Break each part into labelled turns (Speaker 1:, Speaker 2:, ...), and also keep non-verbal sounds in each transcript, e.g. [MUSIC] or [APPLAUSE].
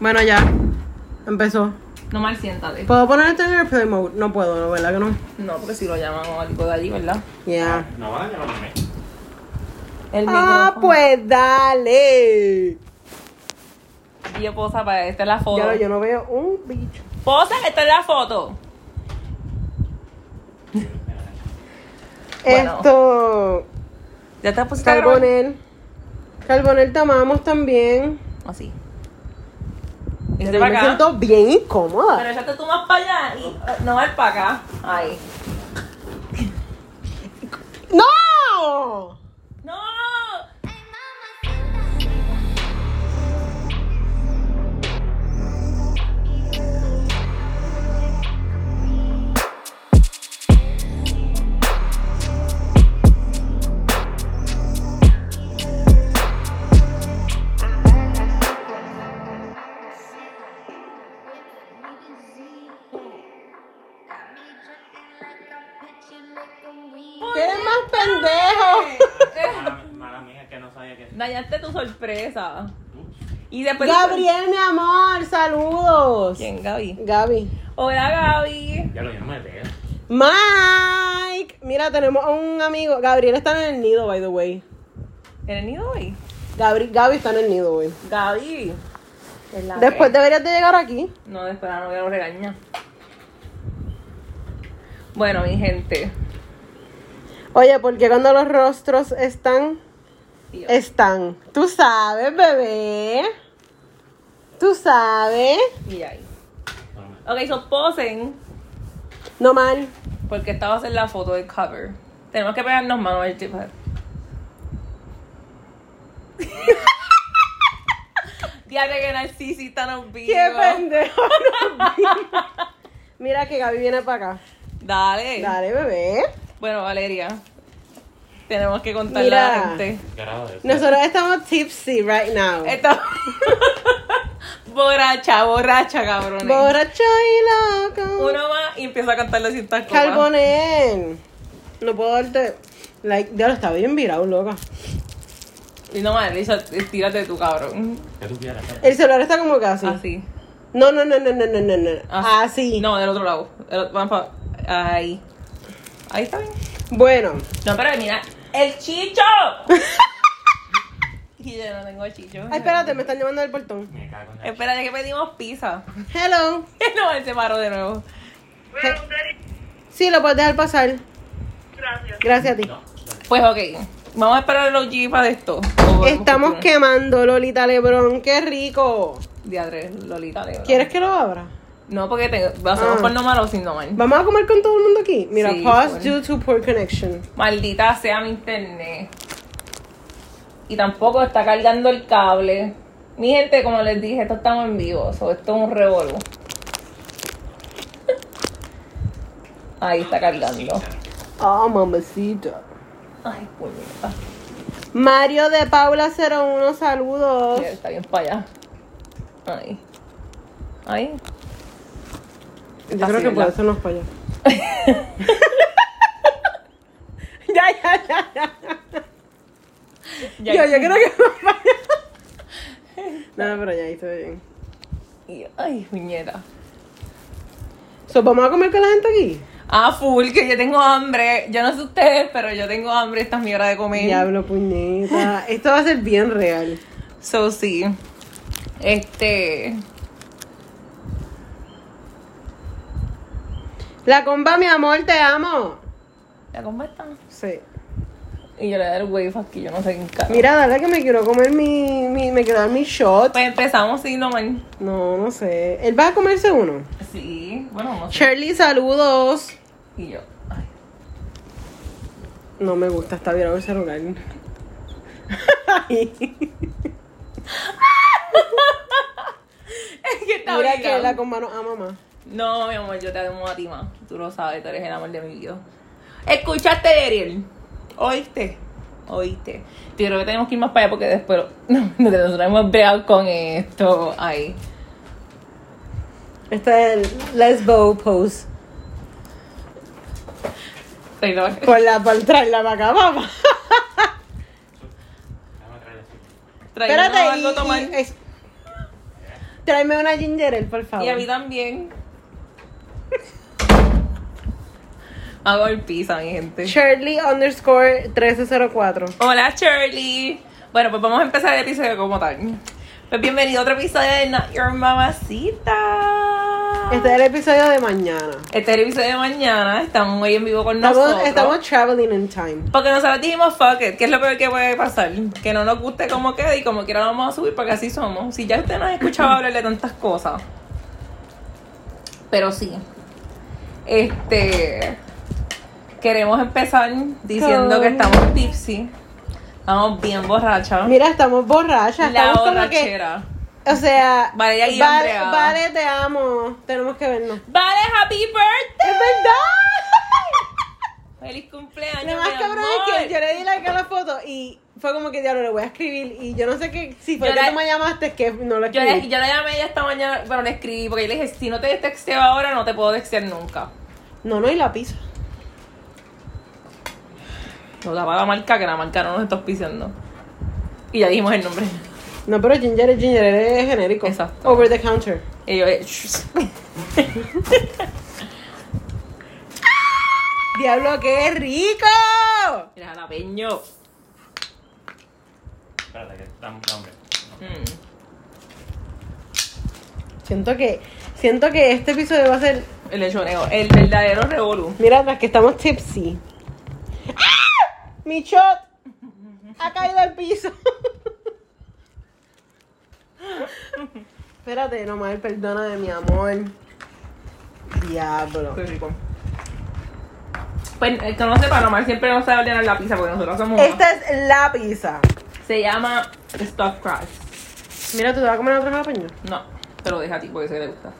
Speaker 1: Bueno, ya. Empezó.
Speaker 2: No mal siéntate.
Speaker 1: ¿Puedo ponerte en airplay mode? No puedo, ¿no? ¿Verdad que no?
Speaker 2: No, porque si lo llaman o algo de allí, ¿verdad?
Speaker 1: Yeah.
Speaker 3: Ah, No van a llamarme.
Speaker 2: El
Speaker 1: Ah,
Speaker 2: micrófono.
Speaker 1: pues dale.
Speaker 2: Yo posa para esta es la foto.
Speaker 1: Ya lo- yo no veo un bicho.
Speaker 2: Posa, esta es la foto. Bueno.
Speaker 1: Esto.
Speaker 2: Ya te pusiste a grabar?
Speaker 1: Carbonel. Carbonel tomamos también.
Speaker 2: Así. Y
Speaker 1: Yo
Speaker 2: este para
Speaker 1: me
Speaker 2: acá.
Speaker 1: siento bien incómoda.
Speaker 2: Pero ya te tomas para allá y eh, no vas para acá. Ahí.
Speaker 1: ¡No! [LAUGHS]
Speaker 2: ¡No!
Speaker 1: ¡Eres más pendejo!
Speaker 3: Mala, mala mía, que no sabía que.
Speaker 2: Dañaste tu sorpresa.
Speaker 3: Ups.
Speaker 2: Y después.
Speaker 1: Gabriel, mi amor, saludos.
Speaker 2: Pues, ¿Quién, Gaby?
Speaker 1: Gaby.
Speaker 2: Hola, Gaby.
Speaker 3: Ya lo yo no me veo.
Speaker 1: Mike. Mira, tenemos a un amigo. Gabriel está en el nido, by the way.
Speaker 2: ¿Eres nido hoy?
Speaker 1: Gabri- Gaby está en el nido, güey.
Speaker 2: Gaby.
Speaker 1: Después deberías de llegar aquí.
Speaker 2: No, después la novia lo regaña. Bueno, mi gente.
Speaker 1: Oye, porque cuando los rostros están,
Speaker 2: Tío.
Speaker 1: están. Tú sabes, bebé. Tú sabes.
Speaker 2: Y ahí.
Speaker 3: Bueno, me-
Speaker 2: Ok, so posen.
Speaker 1: No mal.
Speaker 2: Porque esta va a ser la foto del cover. Tenemos que pegarnos manos el
Speaker 1: [LAUGHS]
Speaker 2: tipo. Diablo que narcisista nos vio.
Speaker 1: Qué pendejo. [LAUGHS] Mira que Gaby viene para acá.
Speaker 2: Dale.
Speaker 1: Dale, bebé.
Speaker 2: Bueno, Valeria. Tenemos que contarle a la
Speaker 1: Mira.
Speaker 2: gente.
Speaker 3: Carajo de-
Speaker 1: Nosotros estamos tipsy right now.
Speaker 2: Esta- [LAUGHS] borracha, borracha, cabrones.
Speaker 1: Borracho y loco.
Speaker 2: Uno más y empieza a cantarle ciertas cosas.
Speaker 1: Carbonel. No puedo darte. Like, ya lo está bien virado, loca.
Speaker 2: Y no madre, Lisa, tírate tú, cabrón.
Speaker 3: Que tú quieras. ¿eh?
Speaker 1: El celular está como casi.
Speaker 2: Así.
Speaker 1: No, no, no, no, no, no, no, no.
Speaker 2: Ah,
Speaker 1: Así.
Speaker 2: No, del otro lado. El- vamos pa- ahí. Ahí está bien.
Speaker 1: Bueno,
Speaker 2: No, pero mira. ¡El
Speaker 1: [LAUGHS]
Speaker 2: chicho! y yo no tengo chicho.
Speaker 1: Ay, espérate, me están llamando del portón.
Speaker 3: Me cago en la.
Speaker 2: Espérate que pedimos pizza. [LAUGHS]
Speaker 1: Hello.
Speaker 2: no, él se paró de nuevo.
Speaker 1: Sí, lo puedes dejar pasar. Gracias. Gracias a ti.
Speaker 3: No, no.
Speaker 2: Pues ok. Vamos a esperar a los G para esto. ¿O podemos
Speaker 1: Estamos
Speaker 2: continuar?
Speaker 1: quemando Lolita Lebrón, qué rico.
Speaker 2: Diadre, Lolita, de verdad.
Speaker 1: ¿Quieres que lo abra?
Speaker 2: No, porque te, lo hacemos
Speaker 1: Ah.
Speaker 2: por no malo o sin no mal.
Speaker 1: Vamos a comer con todo el mundo aquí. Mira,
Speaker 2: Sí,
Speaker 1: pause
Speaker 2: por-
Speaker 1: due to poor connection.
Speaker 2: Maldita sea mi internet. Y tampoco está cargando el cable. Mi gente, como les dije, esto estamos en vivo. so, esto es un revolvo. [LAUGHS] Ahí está cargando.
Speaker 1: Ah, mamacita.
Speaker 2: Ay, puñeta.
Speaker 1: Mario de Paula 01, saludos.
Speaker 2: Mira, Está bien para allá. Ahí. Ahí.
Speaker 1: Yo creo que
Speaker 2: Así, ¿verdad?
Speaker 1: puede hacernos para allá.
Speaker 2: [LAUGHS]
Speaker 1: [LAUGHS] ya, ya, ya, ya.
Speaker 2: Ya-
Speaker 1: yo, yo creo que nos para allá. [LAUGHS] No, pero ya ahí estoy bien.
Speaker 2: Y- Ay, puñeta.
Speaker 1: So, ¿Vamos a comer con la gente aquí?
Speaker 2: Ah, full, que yo tengo hambre. Yo no sé ustedes, pero yo tengo hambre. Esta es mi hora de comer.
Speaker 1: Diablo, puñeta. Esto va a ser bien real.
Speaker 2: So, sí. Este.
Speaker 1: La comba, mi amor, te amo.
Speaker 2: ¿La comba está?
Speaker 1: Sí.
Speaker 2: Y yo le daré el wave aquí, yo no sé en cara.
Speaker 1: Mira, dale que me quiero comer mi, mi me quiero dar mi shot.
Speaker 2: Pues empezamos sin no man.
Speaker 1: No, no sé. Él va a comerse uno.
Speaker 2: Sí, bueno, no sé.
Speaker 1: Shirley, saludos.
Speaker 2: Y yo. ay. [LAUGHS]
Speaker 1: No me gusta, está virado el celular. [LAUGHS]
Speaker 2: Es que está
Speaker 1: Mira
Speaker 2: obligado.
Speaker 1: que la comba nos ama más.
Speaker 2: No, mi amor, yo te amo a ti más. Tú lo sabes, tú eres el amor de mi vida. Escuchaste, Ariel. Oíste. Oíste. Yo creo que tenemos que ir más para allá porque después [LAUGHS] no, nos hemos breado con esto. Ahí.
Speaker 1: Este es el lesbo pose.
Speaker 2: Ahí lo-
Speaker 1: Por la por traerla para acá, papá.
Speaker 3: Déjame traer
Speaker 1: Espérate,
Speaker 2: [LAUGHS] Traigo algo
Speaker 3: el azul.
Speaker 1: y-
Speaker 2: a tomar.
Speaker 1: y- es- Tráeme una ginger ale, por favor.
Speaker 2: Y a mí también. [LAUGHS] Hago el pizza, mi gente.
Speaker 1: Shirley underscore 1304.
Speaker 2: Hola, Shirley. Bueno, pues vamos a empezar el episodio como tal. Pues bienvenido a otro episodio de Not Your Mamacita.
Speaker 1: Este es el episodio de mañana.
Speaker 2: Este es el episodio de mañana. Estamos hoy en vivo con
Speaker 1: Estamos,
Speaker 2: nosotros.
Speaker 1: estamos traveling in time.
Speaker 2: Porque nosotros dijimos fuck it, que es lo peor que puede pasar. Que no nos guste como quede y como quiera lo vamos a subir porque así somos. Si ya usted nos
Speaker 1: [LAUGHS]
Speaker 2: ha escuchado hablar de tantas cosas. Pero sí. Este. Queremos empezar diciendo
Speaker 1: Con-
Speaker 2: que estamos tipsy. Estamos bien borrachas.
Speaker 1: Mira, estamos borrachas.
Speaker 2: La
Speaker 1: estamos como que.
Speaker 2: borrachera.
Speaker 1: O sea.
Speaker 2: Valeria y
Speaker 1: vale,
Speaker 2: Andrea.
Speaker 1: vale, te amo. Tenemos que vernos.
Speaker 2: Vale, happy
Speaker 1: ¡Es
Speaker 2: birthday.
Speaker 1: verdad!
Speaker 2: Feliz cumpleaños.
Speaker 1: Lo más
Speaker 2: mi
Speaker 1: cabrón
Speaker 2: amor.
Speaker 1: es que yo le di like a la foto y fue como que ya lo le voy a escribir. Y yo no sé qué. Si fue
Speaker 2: Yo
Speaker 1: que
Speaker 2: le-
Speaker 1: tú me llamaste, que no lo
Speaker 2: Yo
Speaker 1: escribí.
Speaker 2: le, yo la llamé ella esta mañana, bueno, le escribí porque yo le dije, si no te texteo ahora, no te puedo textear nunca.
Speaker 1: No, no, y la pizza.
Speaker 2: Nos daba la marca, que la marca no nos está auspiciando. Y ya dijimos el nombre.
Speaker 1: No, pero ginger es ginger, ale, es genérico.
Speaker 2: Exacto.
Speaker 1: Over the counter.
Speaker 2: Y yo, eh,
Speaker 1: [LAUGHS] ¡Diablo, qué rico!
Speaker 2: mira, jalapeño.
Speaker 3: Espérate, que estamos hombre.
Speaker 2: Mm.
Speaker 1: Siento que, siento que este episodio va a ser.
Speaker 2: El lechoneo, el verdadero revolú.
Speaker 1: Mira, tras que estamos tipsy. ¡Ah! ¡Mi shot! Ha caído al piso. Espérate, nomás, perdona de mi amor. Diablo.
Speaker 2: Qué rico. Pues, el que no sepa, nomás siempre nos sabe ordenar la pizza porque nosotros somos... una.
Speaker 1: Esta es la pizza.
Speaker 2: Se llama Stuffed Crust.
Speaker 1: Mira, tú te vas a comer otro jalapeño.
Speaker 2: No, te lo dejo a ti porque se le gusta.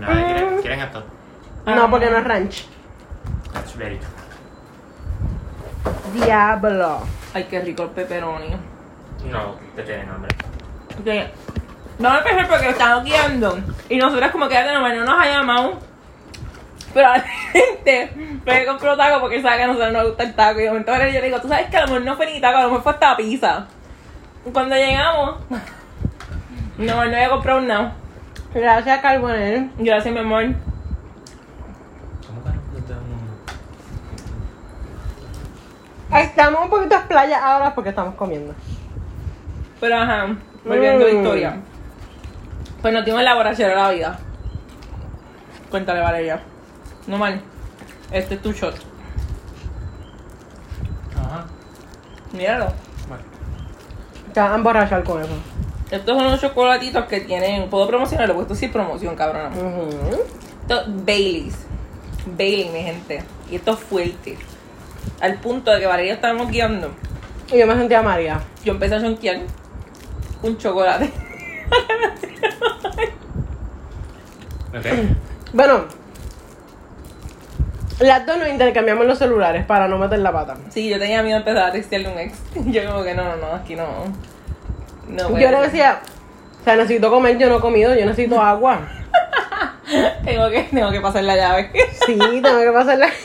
Speaker 3: Nada,
Speaker 2: Ah.
Speaker 3: ¿quieren, quieren esto?
Speaker 1: No, porque no es ranch.
Speaker 3: That's ready.
Speaker 1: Diablo.
Speaker 2: Ay, qué rico el pepperoni.
Speaker 3: No, te tienen hambre.
Speaker 2: Porque vamos a empezar porque estamos guiando. Y nosotras como que ya de normal no nos ha llamado. Pero la [LAUGHS] gente me compró taco porque sabe que a nosotros nos gusta el taco. Y de momento ahora yo le digo, tú sabes que a lo mejor no fue ni taco, a lo mejor fue hasta pizza. Y Cuando llegamos, [LAUGHS] no, no había comprado nada.
Speaker 1: Gracias, Carbonel.
Speaker 2: Gracias, mi amor.
Speaker 3: ¿Cómo que no te dan-
Speaker 1: Estamos un poquito playas ahora porque estamos comiendo.
Speaker 2: Pero ajá, volviendo a la
Speaker 1: Mm.
Speaker 2: historia. Pues nos dimos la borrachera de la vida. Cuéntale, Valeria. No mal. Este es tu shot.
Speaker 3: Ajá.
Speaker 2: Míralo.
Speaker 3: Bueno.
Speaker 1: Están emborrachados con eso.
Speaker 2: Estos son unos chocolatitos que tienen. Puedo promocionarlo porque esto sí es promoción, cabrón.
Speaker 1: Ujú.
Speaker 2: Esto Baileys. Bailey, mi gente. Y esto es fuerte. Al punto de que Valeria estábamos guiando.
Speaker 1: Y yo me sentía María.
Speaker 2: Yo empecé a chonquear un chocolate. [LAUGHS] [LAUGHS]
Speaker 3: Ok.
Speaker 1: Bueno, las dos nos intercambiamos los celulares para no meter la pata.
Speaker 2: Sí, yo tenía miedo de empezar a textearle a un ex. [LAUGHS] Yo como que no, no, no, aquí no. No,
Speaker 1: yo le
Speaker 2: puede ser.
Speaker 1: decía, o sea, necesito comer, yo no he comido, yo necesito agua.
Speaker 2: Tengo que, tengo que pasar la llave. [LAUGHS]
Speaker 1: Sí, tengo que pasarla. [LAUGHS]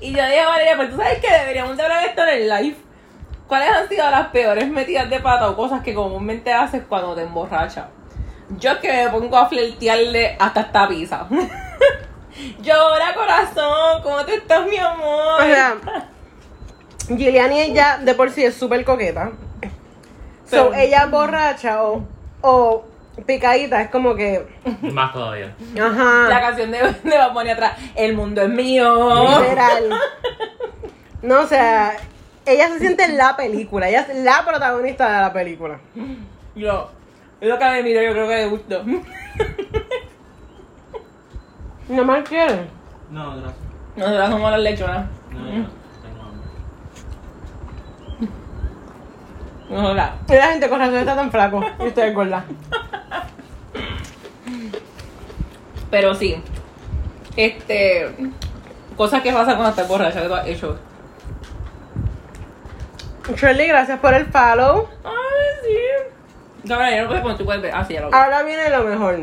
Speaker 2: Y yo dije, Valeria, pues tú sabes que deberíamos de hablar esto en el live. ¿Cuáles han sido las peores metidas de pata o cosas que comúnmente haces cuando te emborrachas? Yo es que me pongo a flirtearle hasta esta pizza. [LAUGHS] Llora, corazón, ¿cómo te estás, mi amor?
Speaker 1: O sea, Giuliani ella de por sí es súper coqueta.
Speaker 2: Pero-
Speaker 1: so, ella borracha o, o picadita es como que,
Speaker 3: Más todavía.
Speaker 2: la
Speaker 1: ajá,
Speaker 2: canción de, de Bad Bunny atrás, El mundo es mío.
Speaker 1: literal. [LAUGHS] No, o sea, ella se siente en la película, ella es la protagonista de la película.
Speaker 2: Yo, es lo que me miro, yo creo que le gustó.
Speaker 1: No más quiere.
Speaker 3: No, gracias.
Speaker 2: [LAUGHS] Nosotras somos las lechonas.
Speaker 3: No, yo tengo hambre.
Speaker 2: Nosotras.
Speaker 1: Y la gente con razón está tan flaco y ustedes gorda.
Speaker 2: Pero sí. Este. Cosas que pasan cuando estás borracha que tú has hecho.
Speaker 1: Shirley, gracias por el follow.
Speaker 2: Ay, sí. Cabrón, yo no puedo cuando tú puedes ver. Ah, sí, ya lo vi.
Speaker 1: Ahora viene lo mejor.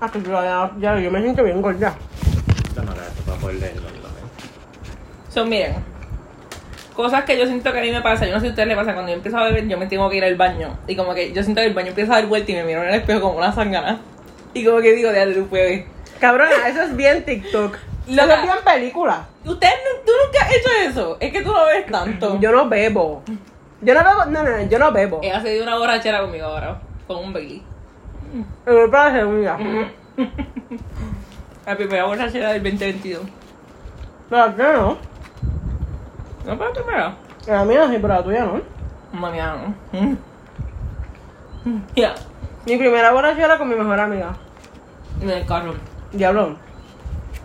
Speaker 1: Ah, que yo, ya, ya, yo me siento bien gorda.
Speaker 3: Esto no era esto para poder leerlo. ¿verdad?
Speaker 2: So, miren. Cosas que yo siento que a mí me pasa, yo no sé si a ustedes les pasa, cuando yo empiezo a beber, yo me tengo que ir al baño. Y como que yo siento que el baño empieza a dar vuelta y me miro en el espejo como una sangana. Y como que digo, de tú puedes.
Speaker 1: Cabrona, eso es bien TikTok.
Speaker 2: Lo
Speaker 1: Lo
Speaker 2: que-
Speaker 1: que bien película.
Speaker 2: Ustedes, nu- tú nunca has hecho eso. Es que tú no ves tanto.
Speaker 1: Yo no bebo. Yo no bebo. No, no, no, yo no bebo.
Speaker 2: Ella se dio una borrachera conmigo ahora, con un Bailey.
Speaker 1: El para la segunda.
Speaker 2: [LAUGHS] La primera borrachera del 2022.
Speaker 1: Pero la tuya no.
Speaker 2: ¿No fue la primera?
Speaker 1: La mía sí, pero la tuya no.
Speaker 2: Mami, no. Mm. Mm, Ya,
Speaker 1: Mi primera borrachera con mi mejor amiga.
Speaker 2: en el carro.
Speaker 1: Diablo.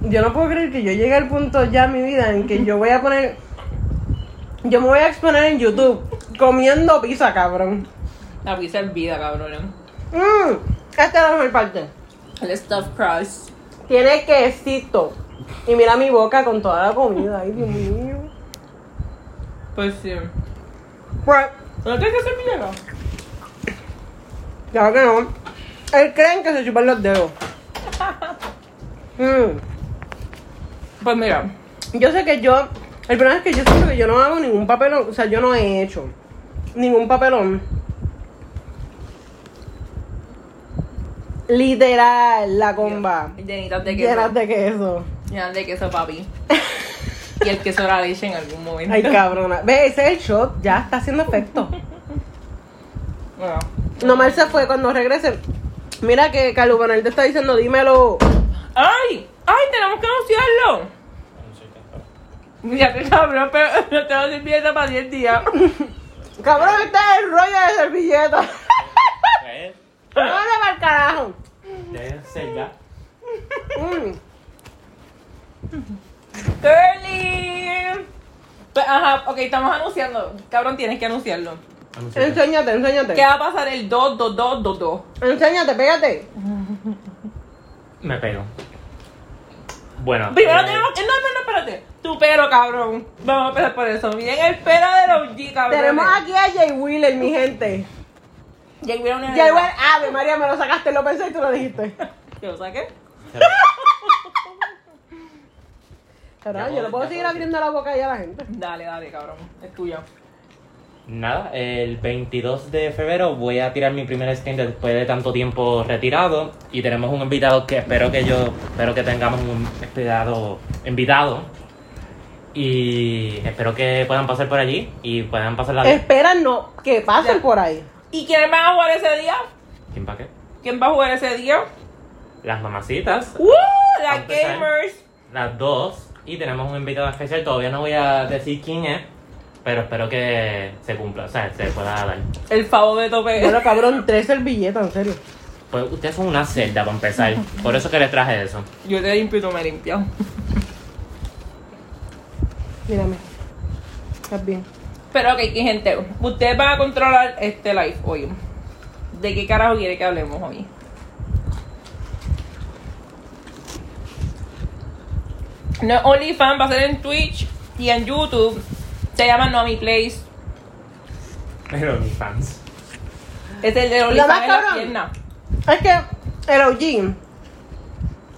Speaker 1: Yo no puedo creer que yo llegue al punto ya en mi vida en que yo voy a poner. Yo me voy a exponer en YouTube comiendo pizza, cabrón.
Speaker 2: La pizza es vida, cabrón.
Speaker 1: Mmm, esta es la mejor parte.
Speaker 2: El stuffed crust.
Speaker 1: Tiene quesito. Y mira mi boca con toda la comida. Ay, Dios mío.
Speaker 2: Pues sí.
Speaker 1: Pues,
Speaker 2: ¿No tienes que hacer milagro?
Speaker 1: claro que no. Él creen que se chupan los dedos. Mmm.
Speaker 2: Pues mira,
Speaker 1: Yo sé que yo. El problema es que yo siento que yo no hago ningún papelón. O sea, yo no he hecho ningún papelón. Literal, la comba.
Speaker 2: llenitas de queso.
Speaker 1: Llenas de queso.
Speaker 2: Llenas de queso, papi. y el queso era leche en algún momento.
Speaker 1: Ay, cabrona. Ve, ese es el shot. Ya está haciendo efecto.
Speaker 2: Bueno.
Speaker 1: Nomás se fue cuando regrese. Mira que Calubonel te está diciendo, dímelo.
Speaker 2: ¡Ay! ¡Ay! ¡Tenemos que anunciarlo!
Speaker 3: No sé qué está.
Speaker 2: Mira que cabrón, pero [LAUGHS] no tengo limpieza para 10 días.
Speaker 1: Cabrón, está el rollo de servilleta. [LAUGHS]
Speaker 2: Ah.
Speaker 3: ¿Eh?
Speaker 1: Vamos para el carajo.
Speaker 3: Ya sé, ya.
Speaker 1: Mm.
Speaker 2: Curly. Pues, ajá, ok, estamos anunciando. Cabrón, tienes que anunciarlo.
Speaker 3: Anuncia.
Speaker 1: Enséñate,
Speaker 2: ¿Qué
Speaker 1: enséñate.
Speaker 2: va a pasar el 2, 2, 2, 2, 2?
Speaker 1: Enséñate, pégate.
Speaker 3: Me pego. Bueno.
Speaker 2: Primero
Speaker 3: eh,
Speaker 2: tenemos que. No, no, no, espérate. Tu pero, cabrón. Vamos a empezar por eso. Miren el pero de los G, cabrón.
Speaker 1: Tenemos aquí a Jay Wheeler, mi gente.
Speaker 2: Ya hubiera una.
Speaker 1: Jay Wheeler, ave María, me lo sacaste, lo pensé y tú lo dijiste.
Speaker 2: ¿Qué lo saqué?
Speaker 1: Cabrón, yo no puedo seguir abriendo la boca ya a la gente.
Speaker 2: Dale, dale, cabrón. Es tuya.
Speaker 3: Nada, el 22 de febrero voy a tirar mi primer stand después de tanto tiempo retirado y tenemos un invitado que espero que yo, espero que tengamos un invitado, invitado y espero que puedan pasar por allí y puedan pasar la...
Speaker 1: Espera, no, que pasen por ahí.
Speaker 2: ¿Y quién va a jugar ese día?
Speaker 3: ¿Quién pa' qué?
Speaker 2: ¿Quién va a jugar ese día?
Speaker 3: Las mamacitas,
Speaker 2: ¡Uh! Las
Speaker 3: Vamos a empezar.
Speaker 2: gamers.
Speaker 3: las dos y tenemos un invitado especial, todavía no voy a decir quién es, pero espero que se cumpla, o sea, se pueda dar.
Speaker 2: El favor de tope.
Speaker 1: Bueno, cabrón, tres servilletas, en serio.
Speaker 3: Pues ustedes son una celda para empezar, por eso que les traje eso.
Speaker 2: Yo te limpio y tú me limpias.
Speaker 1: Mírame. Estás bien.
Speaker 2: Pero ok, que gente, ustedes van a controlar este live hoy. ¿De qué carajo quiere que hablemos hoy? No es OnlyFans, va a ser en Twitch y en YouTube. Se llama Nomi Place.
Speaker 3: Pero mis fans.
Speaker 2: Es el de
Speaker 1: Lo más
Speaker 2: OnlyFans en la
Speaker 1: cabrón.
Speaker 2: pierna.
Speaker 1: Es que el OG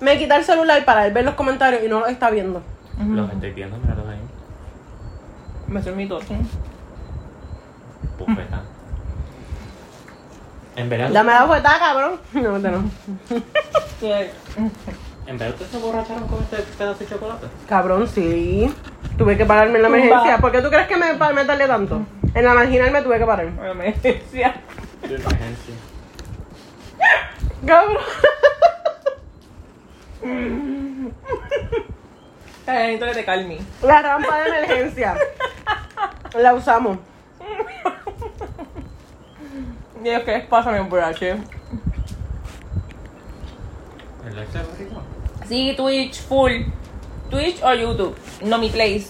Speaker 1: me quita el celular para él ver los comentarios y no lo está viendo.
Speaker 3: Los estoy viendo, míralos ahí.
Speaker 2: Me estoy mi tos.
Speaker 3: Bufeta. En verdad,
Speaker 1: Dame la fuetada, cabrón. [LAUGHS] No, no, no.
Speaker 3: en verdad ustedes se borracharon con este pedazo de chocolate.
Speaker 1: Cabrón, sí. Tuve que pararme en la emergencia. ¿Por qué tú crees que me, pa- me tardé tanto? En la marginal me tuve que parar.
Speaker 2: Me decía.
Speaker 3: De emergencia.
Speaker 1: Cabrón.
Speaker 2: Necesito que te calme.
Speaker 1: La rampa de emergencia. La usamos.
Speaker 2: Dios, ¿qué les pasa, mi borracho?
Speaker 3: ¿El ex de borrachón?
Speaker 2: Sí, Twitch full. Twitch o YouTube. No mi place.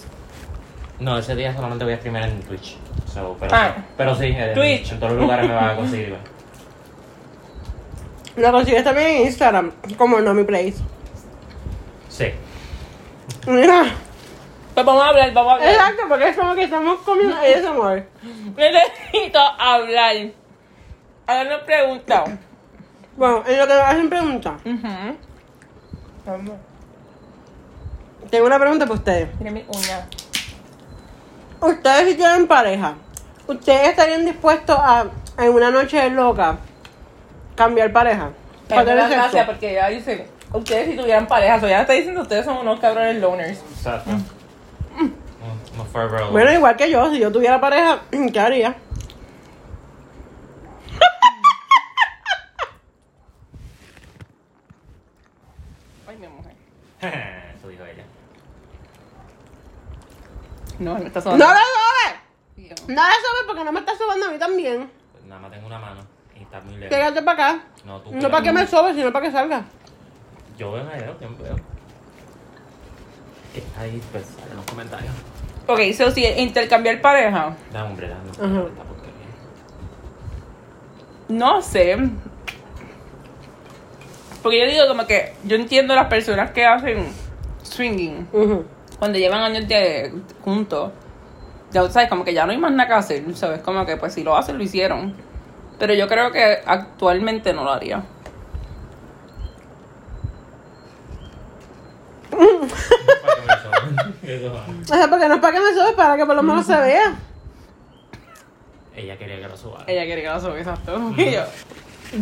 Speaker 3: No, ese día solamente voy a streamear en Twitch. So, pero,
Speaker 2: Ah.
Speaker 3: sí, pero sí, en,
Speaker 2: Twitch.
Speaker 3: en todos los lugares me van a conseguir. [LAUGHS] güey.
Speaker 1: La consigues también en Instagram, como en Nomi Place.
Speaker 3: Sí.
Speaker 1: Mira.
Speaker 2: Pues vamos a hablar, vamos a hablar.
Speaker 1: Exacto, porque es como que estamos comiendo amor.
Speaker 2: Necesito hablar. Ahora nos pregunta.
Speaker 1: Bueno, en lo que hacen preguntas,
Speaker 2: Ujú.
Speaker 1: tengo una pregunta para ustedes.
Speaker 2: Mira mi uña.
Speaker 1: ustedes si tienen pareja, ¿ustedes estarían dispuestos a, en una noche loca, cambiar pareja?
Speaker 2: Pero me
Speaker 1: Para
Speaker 2: da
Speaker 1: tener
Speaker 2: gracia
Speaker 1: sexo.
Speaker 2: porque ella dice, ustedes si tuvieran pareja, o sea, ya está diciendo ustedes son unos cabrones loners.
Speaker 3: Exacto. Mm. No- no fue [LAUGHS] bravo.
Speaker 1: Bueno, igual que yo, si yo tuviera pareja, ¿qué haría?
Speaker 2: Ay, mi mujer.
Speaker 3: Eso dijo ella.
Speaker 2: No, no está
Speaker 1: ¡No
Speaker 2: sonando.
Speaker 1: lo sabes!
Speaker 2: Dios.
Speaker 1: No lo sabes porque no me está sobando a mí también.
Speaker 3: Pues Nada más tengo una mano y está muy lejos.
Speaker 1: Quédate para acá.
Speaker 3: No, tú.
Speaker 1: No para que me sobe, sino para que salga.
Speaker 3: Yo veo en el yo veo. ¿Qué está ahí? Pues en los comentarios.
Speaker 2: Ok, so si intercambiar pareja,
Speaker 3: Dame hombre, dame.
Speaker 1: Ajá.
Speaker 3: Esta porquería.
Speaker 2: no sé. Porque yo digo como que yo entiendo las personas que hacen swinging
Speaker 1: Ujú.
Speaker 2: cuando llevan años de juntos. Ya sabes, como que ya no hay más nada que hacer, ¿sabes? Como que pues si lo hacen, lo hicieron. Pero yo creo que actualmente no lo haría.
Speaker 3: Para que me sobe. Eso [LAUGHS] va.
Speaker 1: O sea, porque no es para que me sobe, para que por lo menos se vea.
Speaker 3: Ella quería que lo suba.
Speaker 2: Ella quiere que lo sobe, exacto. [LAUGHS] Y yo,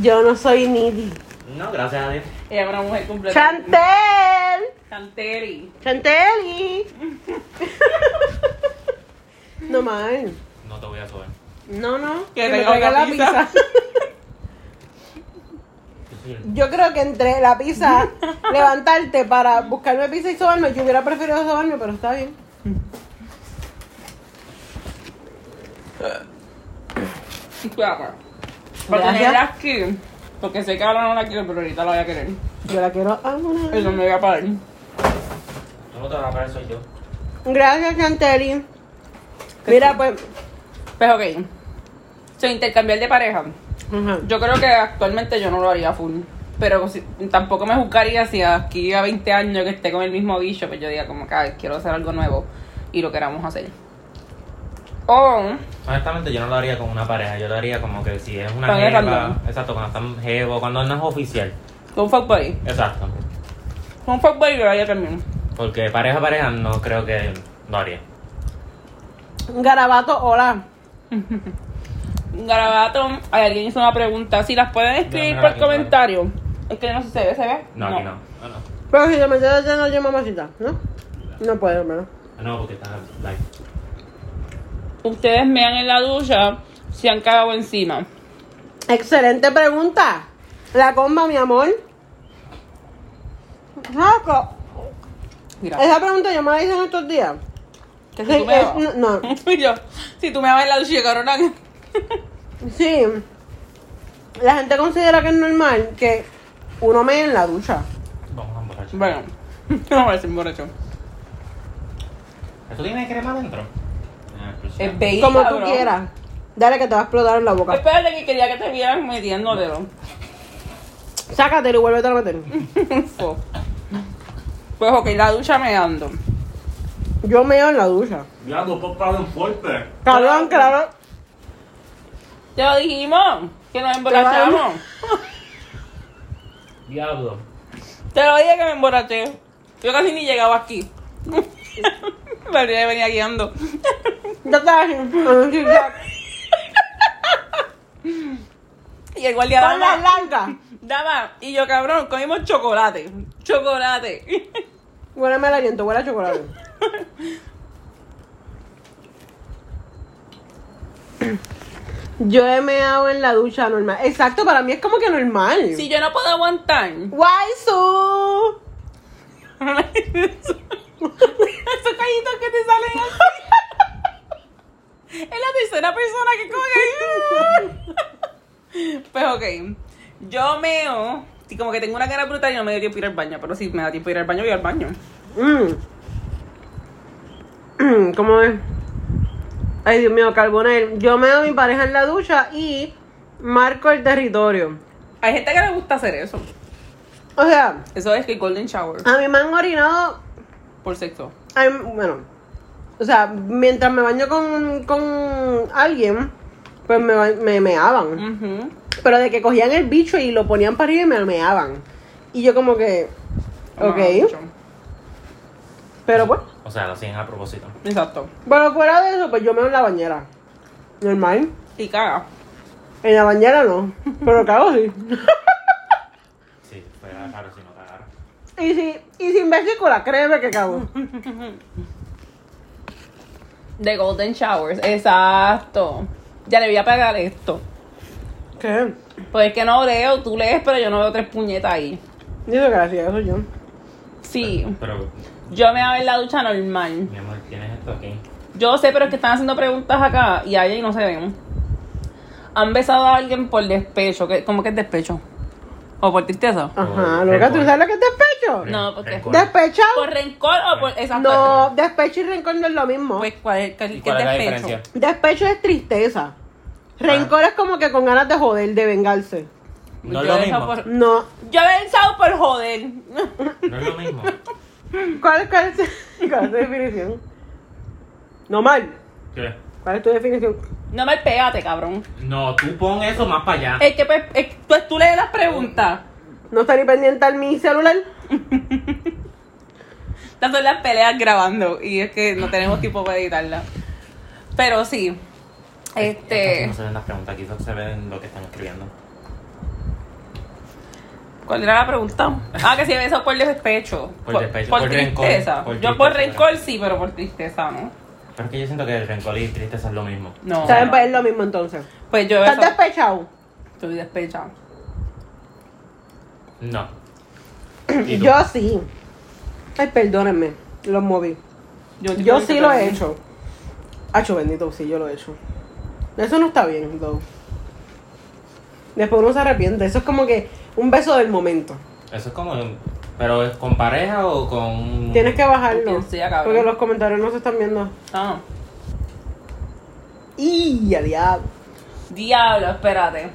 Speaker 1: Yo no soy needy.
Speaker 3: No, gracias a Dios.
Speaker 2: ella es una mujer completa.
Speaker 1: ¡Chantel!
Speaker 2: Chanteri.
Speaker 1: ¡Chanteli! no mal.
Speaker 3: No te voy a sobar.
Speaker 1: No, no.
Speaker 2: Que tenga una pizza.
Speaker 3: Yo soy el-
Speaker 1: Yo creo que entre la pizza, [LAUGHS] levantarte para buscarme pizza y sobarme, yo hubiera preferido sobarme, pero está bien.
Speaker 2: Claro. Para
Speaker 1: Gracias.
Speaker 2: tenerla aquí. Porque sé que ahora no la quiero, pero ahorita la voy a querer.
Speaker 1: Yo la quiero amar.
Speaker 2: Eso me voy a parar.
Speaker 3: Tú no te vas a parar, soy yo.
Speaker 1: Gracias, Chanteli. Mira, pues.
Speaker 2: Pues ok. So, intercambiar de pareja.
Speaker 1: ajá.
Speaker 2: Yo creo que actualmente yo no lo haría full. Pero si- tampoco me juzgaría si aquí a 20 años que esté con el mismo bicho, pues yo diga como que "Ay, quiero hacer algo nuevo y lo queramos hacer. O
Speaker 3: Honestamente, yo no lo haría con una pareja. Yo lo haría como que si es una
Speaker 2: Cuando es
Speaker 3: jeva.
Speaker 2: random.
Speaker 3: Exacto, cuando están jevo, cuando no es oficial.
Speaker 2: con fuck buddy.
Speaker 3: Exacto.
Speaker 2: Con fuck buddy yo lo haría también.
Speaker 3: Porque pareja, pareja, no creo que lo haría.
Speaker 1: Garabato, hola.
Speaker 2: Garabato, alguien hizo una pregunta. Si las pueden escribir
Speaker 3: Déjame
Speaker 2: por
Speaker 3: ver aquí,
Speaker 2: comentario. Es que no sé si se ve, ¿se ve?
Speaker 3: No, aquí no. No, no.
Speaker 1: Pero si te metes de lleno, yo mamacita, ¿no? No puedo, hermano.
Speaker 3: Ah, No, porque está live.
Speaker 2: Ustedes mean en la ducha, se han cagado encima.
Speaker 1: Excelente pregunta. La comba, mi amor. Saco.
Speaker 2: Mira.
Speaker 1: Esa pregunta yo me la hice en estos días.
Speaker 2: Que
Speaker 1: Sí,
Speaker 2: si tú me
Speaker 1: es-
Speaker 2: vas.
Speaker 1: eh, no.
Speaker 2: Y [LAUGHS] yo, si tú me vas en la ducha, yo, cabrona.
Speaker 1: Sí. La gente considera que es normal que uno mee en la ducha.
Speaker 3: Vamos a emborrachar.
Speaker 2: Bueno, [LAUGHS] no me un borracho.
Speaker 3: ¿Esto tiene crema adentro? Ah, pues ya.
Speaker 2: Es bello.
Speaker 1: Como tú
Speaker 2: cabrón.
Speaker 1: quieras. Dale que te va a explotar en la boca.
Speaker 2: Espérate que quería que te vieran [LAUGHS] metiéndotelo.
Speaker 1: Sácatelo y vuélvete a meter.
Speaker 2: So. pues ok, la ducha me ando.
Speaker 1: Yo meo en la ducha.
Speaker 4: Ya, dos papas en fuerte.
Speaker 1: Cabrón, claro.
Speaker 2: Te lo dijimos, que nos emborrachamos.
Speaker 3: Diablo.
Speaker 2: Te lo dije que me emborraché. Yo casi ni
Speaker 1: [LAUGHS]
Speaker 2: llegaba aquí. Me olvidé de venía guiando.
Speaker 1: Ya está. Con
Speaker 2: Y el guardia dama-
Speaker 1: la larga.
Speaker 2: Dama, y yo cabrón, comimos chocolate. Chocolate. [LAUGHS]
Speaker 1: Huéleme el aliento, huele a chocolate. Yo he meado en la ducha normal. Exacto, para mí es como que normal.
Speaker 2: Si yo no puedo aguantar.
Speaker 1: Guay, su.
Speaker 2: Esos esos callitos que te salen así. Es la tercera persona que como que. Pues ok. Yo meo. Y como que tengo una cara brutal y no me dio tiempo ir al baño. Pero si me da tiempo ir al baño, voy al baño.
Speaker 1: Mm. Mm, [CLEARS THROAT] ¿Cómo es? Ay, Dios mío, carbonel. Yo meo a mi pareja en la ducha y marco el territorio.
Speaker 2: Hay gente que le gusta hacer eso.
Speaker 1: O sea,
Speaker 2: Eso es que Golden Shower.
Speaker 1: a mí me han orinado
Speaker 2: Por sexo.
Speaker 1: Ay, bueno, o sea, mientras me baño con, con alguien, pues me, ba- me meaban.
Speaker 2: Ujú.
Speaker 1: Pero de que cogían el bicho y lo ponían para arriba y me meaban. Y yo como que,
Speaker 2: Mamá,
Speaker 1: ok,
Speaker 2: mucho.
Speaker 1: pero pues,
Speaker 3: O O sea, lo hacían a propósito.
Speaker 2: Exacto.
Speaker 1: Pero fuera de eso, pues yo me en la bañera. Normal.
Speaker 2: Y caga.
Speaker 1: En la bañera no. Pero cago sí.
Speaker 3: Sí, fuera raro si no cagara.
Speaker 1: [LAUGHS] Y, si, y sin vesícula, créeme que cago.
Speaker 2: The Golden Showers. Exacto. Ya le voy a pagar esto.
Speaker 1: ¿Qué?
Speaker 2: Pues es que no leo, tú lees, pero yo no veo tres puñetas ahí.
Speaker 1: Dice gracias, soy yo.
Speaker 2: Sí.
Speaker 3: Pero,
Speaker 2: Yo me hago en la ducha normal.
Speaker 3: mi amor, tienes esto aquí.
Speaker 2: Yo sé, pero es que están haciendo preguntas acá y ahí no se ven. ¿Han besado a alguien por despecho? ¿Qué- ¿Cómo que es despecho? ¿O por tristeza?
Speaker 1: Ajá,
Speaker 3: Oh,
Speaker 1: loca, ¿tú
Speaker 3: rencor.
Speaker 1: sabes lo que es despecho?
Speaker 2: No, ¿por qué?
Speaker 3: Rencor.
Speaker 1: ¿Despechado?
Speaker 2: ¿Por rencor o por esas
Speaker 1: No, despecho y rencor no es lo mismo.
Speaker 2: Pues, ¿cuál es, cuál-
Speaker 3: ¿Y
Speaker 2: qué
Speaker 3: cuál es la
Speaker 2: despecho?
Speaker 3: diferencia?
Speaker 1: Despecho es tristeza. Rencor es como que con ganas de joder, de vengarse.
Speaker 3: No
Speaker 2: Pues
Speaker 3: es
Speaker 2: Yo
Speaker 3: lo
Speaker 2: he
Speaker 3: mismo.
Speaker 2: besado por-
Speaker 1: No.
Speaker 2: Yo he besado por joder.
Speaker 3: No es lo mismo.
Speaker 1: ¿Cuál, cuál, es, cuál es tu [LAUGHS] definición? No mal.
Speaker 3: ¿Qué?
Speaker 1: ¿Cuál es tu definición?
Speaker 2: No me pégate, cabrón.
Speaker 3: No, tú pon eso más para allá.
Speaker 2: Es que pues, es que, pues, tú lees las preguntas.
Speaker 1: No estaré pendiente a mi celular.
Speaker 2: Estas son las peleas grabando y es que no tenemos tiempo para editarlas. Pero sí.
Speaker 3: Casi
Speaker 2: Este.
Speaker 3: No se ven las preguntas, aquí solo se ven lo que están escribiendo.
Speaker 2: ¿Cuál era la pregunta? Ah, que si he besado por despecho.
Speaker 3: Por despecho,
Speaker 2: Por,
Speaker 3: por rencor,
Speaker 2: tristeza.
Speaker 3: por
Speaker 2: Yo por
Speaker 3: tristeza.
Speaker 2: rencor sí, pero por tristeza, ¿no?
Speaker 3: Pero es que yo siento que el rencor y tristeza es lo mismo.
Speaker 2: No.
Speaker 1: ¿Saben? Pues es lo mismo entonces.
Speaker 2: Pues yo he
Speaker 1: ¿Estás
Speaker 2: besado.
Speaker 1: despechado?
Speaker 2: Estoy despechado.
Speaker 3: No. ¿Y tú?
Speaker 1: Yo sí. Ay, perdónenme. Los moví. Yo sí lo he hecho. Hacho bendito, sí, yo lo he hecho. Eso no está bien, though. Después uno se arrepiente. Eso es como que un beso del momento.
Speaker 3: Eso es como. Pero es con pareja o con.
Speaker 1: Tienes que bajarlo.
Speaker 2: Con quien sea, cabrón.
Speaker 1: Porque los comentarios no se están viendo.
Speaker 2: Ah.
Speaker 1: ¡Y a diablo!
Speaker 2: Diablo, espérate.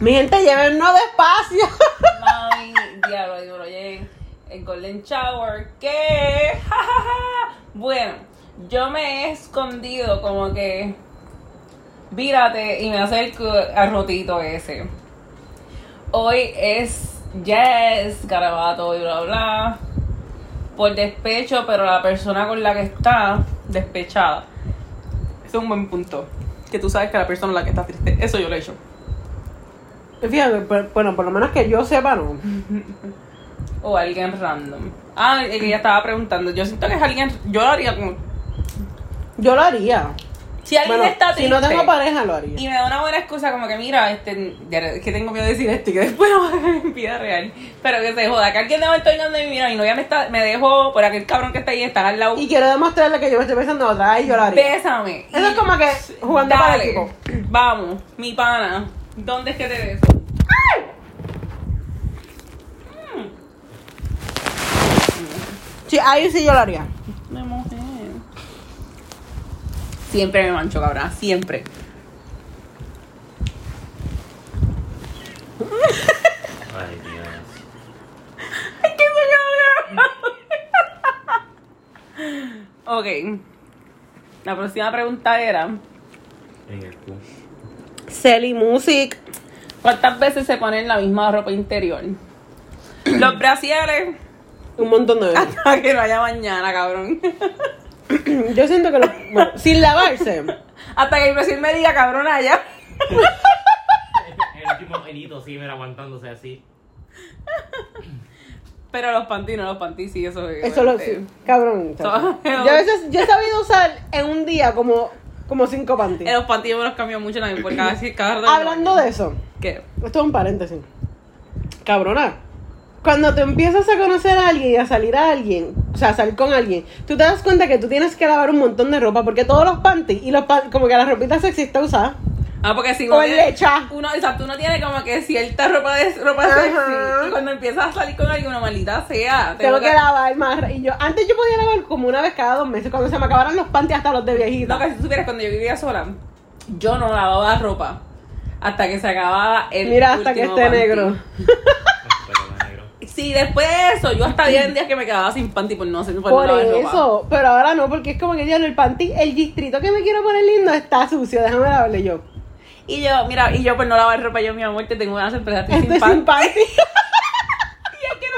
Speaker 1: Mi gente, llévennos despacio. [LAUGHS]
Speaker 2: Mami, diablo, digo, lo llegué en Golden Shower. ¿Qué? [LAUGHS] Ja, ja, ja. Bueno, yo me he escondido como que. Vírate y me acerco al rotito ese. Hoy es Yes, garabato y bla bla. Por despecho, pero la persona con la que está despechada. Ese es un buen punto. Que tú sabes que la persona con la que está triste. Eso yo lo he hecho.
Speaker 1: Fíjate, por- bueno, por lo menos que yo sepa, no.
Speaker 2: O alguien random. Ah, el que ya estaba preguntando. Yo siento que es alguien. Yo lo haría como.
Speaker 1: Yo lo haría.
Speaker 2: Si alguien
Speaker 1: Bueno,
Speaker 2: está
Speaker 1: si
Speaker 2: triste.
Speaker 1: no tengo pareja, lo haría.
Speaker 2: y me da una buena excusa, como que mira, este, ya, es que tengo miedo de decir esto y que después [LAUGHS] no va en vida real. Pero que se joda, que alguien de momento venga donde mí, mira, mi novia me, está, me dejó por aquel cabrón que está ahí, está al lado.
Speaker 1: Y quiero demostrarle que yo me estoy pensando otra vez y yo lo haría.
Speaker 2: Bésame.
Speaker 1: Eso es como que jugando para el
Speaker 2: Dale,
Speaker 1: equipo.
Speaker 2: vamos, mi pana, ¿dónde es que te beso?
Speaker 1: Sí, ahí sí yo lo haría.
Speaker 2: Me mojé. Siempre me mancho, cabrón, siempre.
Speaker 3: Ay, Dios.
Speaker 2: Ok. La próxima pregunta era:
Speaker 3: En el cu.
Speaker 1: Selly Music.
Speaker 2: ¿Cuántas veces se ponen la misma ropa interior? Los brasieres. [LAUGHS]
Speaker 1: Un montón de veces.
Speaker 2: Hasta que no haya mañana, cabrón. [LAUGHS]
Speaker 1: Yo siento que lo. bueno, sin lavarse.
Speaker 2: Hasta que el brasier me diga, cabrón, allá.
Speaker 3: [LAUGHS] El último genito, sí, mira, aguantándose así.
Speaker 2: Pero los panty no, los panty sí, eso es.
Speaker 1: Eso lo.
Speaker 2: este,
Speaker 1: Sí, cabrón.
Speaker 2: So-
Speaker 1: chacho. Yo a veces. Yo he sabido usar en un día como, como cinco panties.
Speaker 2: eh, Los panty yo me los cambio mucho también por cada, cada rato.
Speaker 1: Hablando de eso.
Speaker 2: ¿Qué?
Speaker 1: Esto es un paréntesis. Cabrona. Cuando te empiezas a conocer a alguien y a salir a alguien, o sea, a salir con alguien, tú te das cuenta que tú tienes que lavar un montón de ropa porque todos los panties y los pan- como que la ropita sexy está usada.
Speaker 2: Ah, porque si
Speaker 1: O
Speaker 2: uno.
Speaker 1: el
Speaker 2: tiene-
Speaker 1: lecha.
Speaker 2: Uno, exacto, uno tiene como que cierta ropa de ropa
Speaker 1: Ajá.
Speaker 2: sexy. Y cuando empiezas a salir con alguien, una maldita sea.
Speaker 1: Tengo que lavar más. Y yo, antes yo podía lavar como una vez cada dos meses cuando se me acabaran los panties hasta los de viejita.
Speaker 2: No, que si tú supieras, cuando yo vivía sola, yo no lavaba ropa hasta que se acababa el.
Speaker 1: Mira hasta que
Speaker 2: último
Speaker 1: esté
Speaker 2: panty.
Speaker 1: negro.
Speaker 3: Pero la negro.
Speaker 2: Sí, después de eso, yo hasta había días que me quedaba sin panty por no hacer por Pues no
Speaker 1: Por
Speaker 2: lavar ropa.
Speaker 1: eso, pero ahora no, porque es como que ya el panty, el distrito que me quiero poner lindo está sucio, déjame lavarle yo.
Speaker 2: Y yo, mira, y yo por no lavar ropa, yo, mi amor, te tengo una sorpresa, estoy
Speaker 1: Estoy
Speaker 2: sin panty.
Speaker 1: Este sin
Speaker 2: [LAUGHS]
Speaker 1: panty.
Speaker 2: Y es que no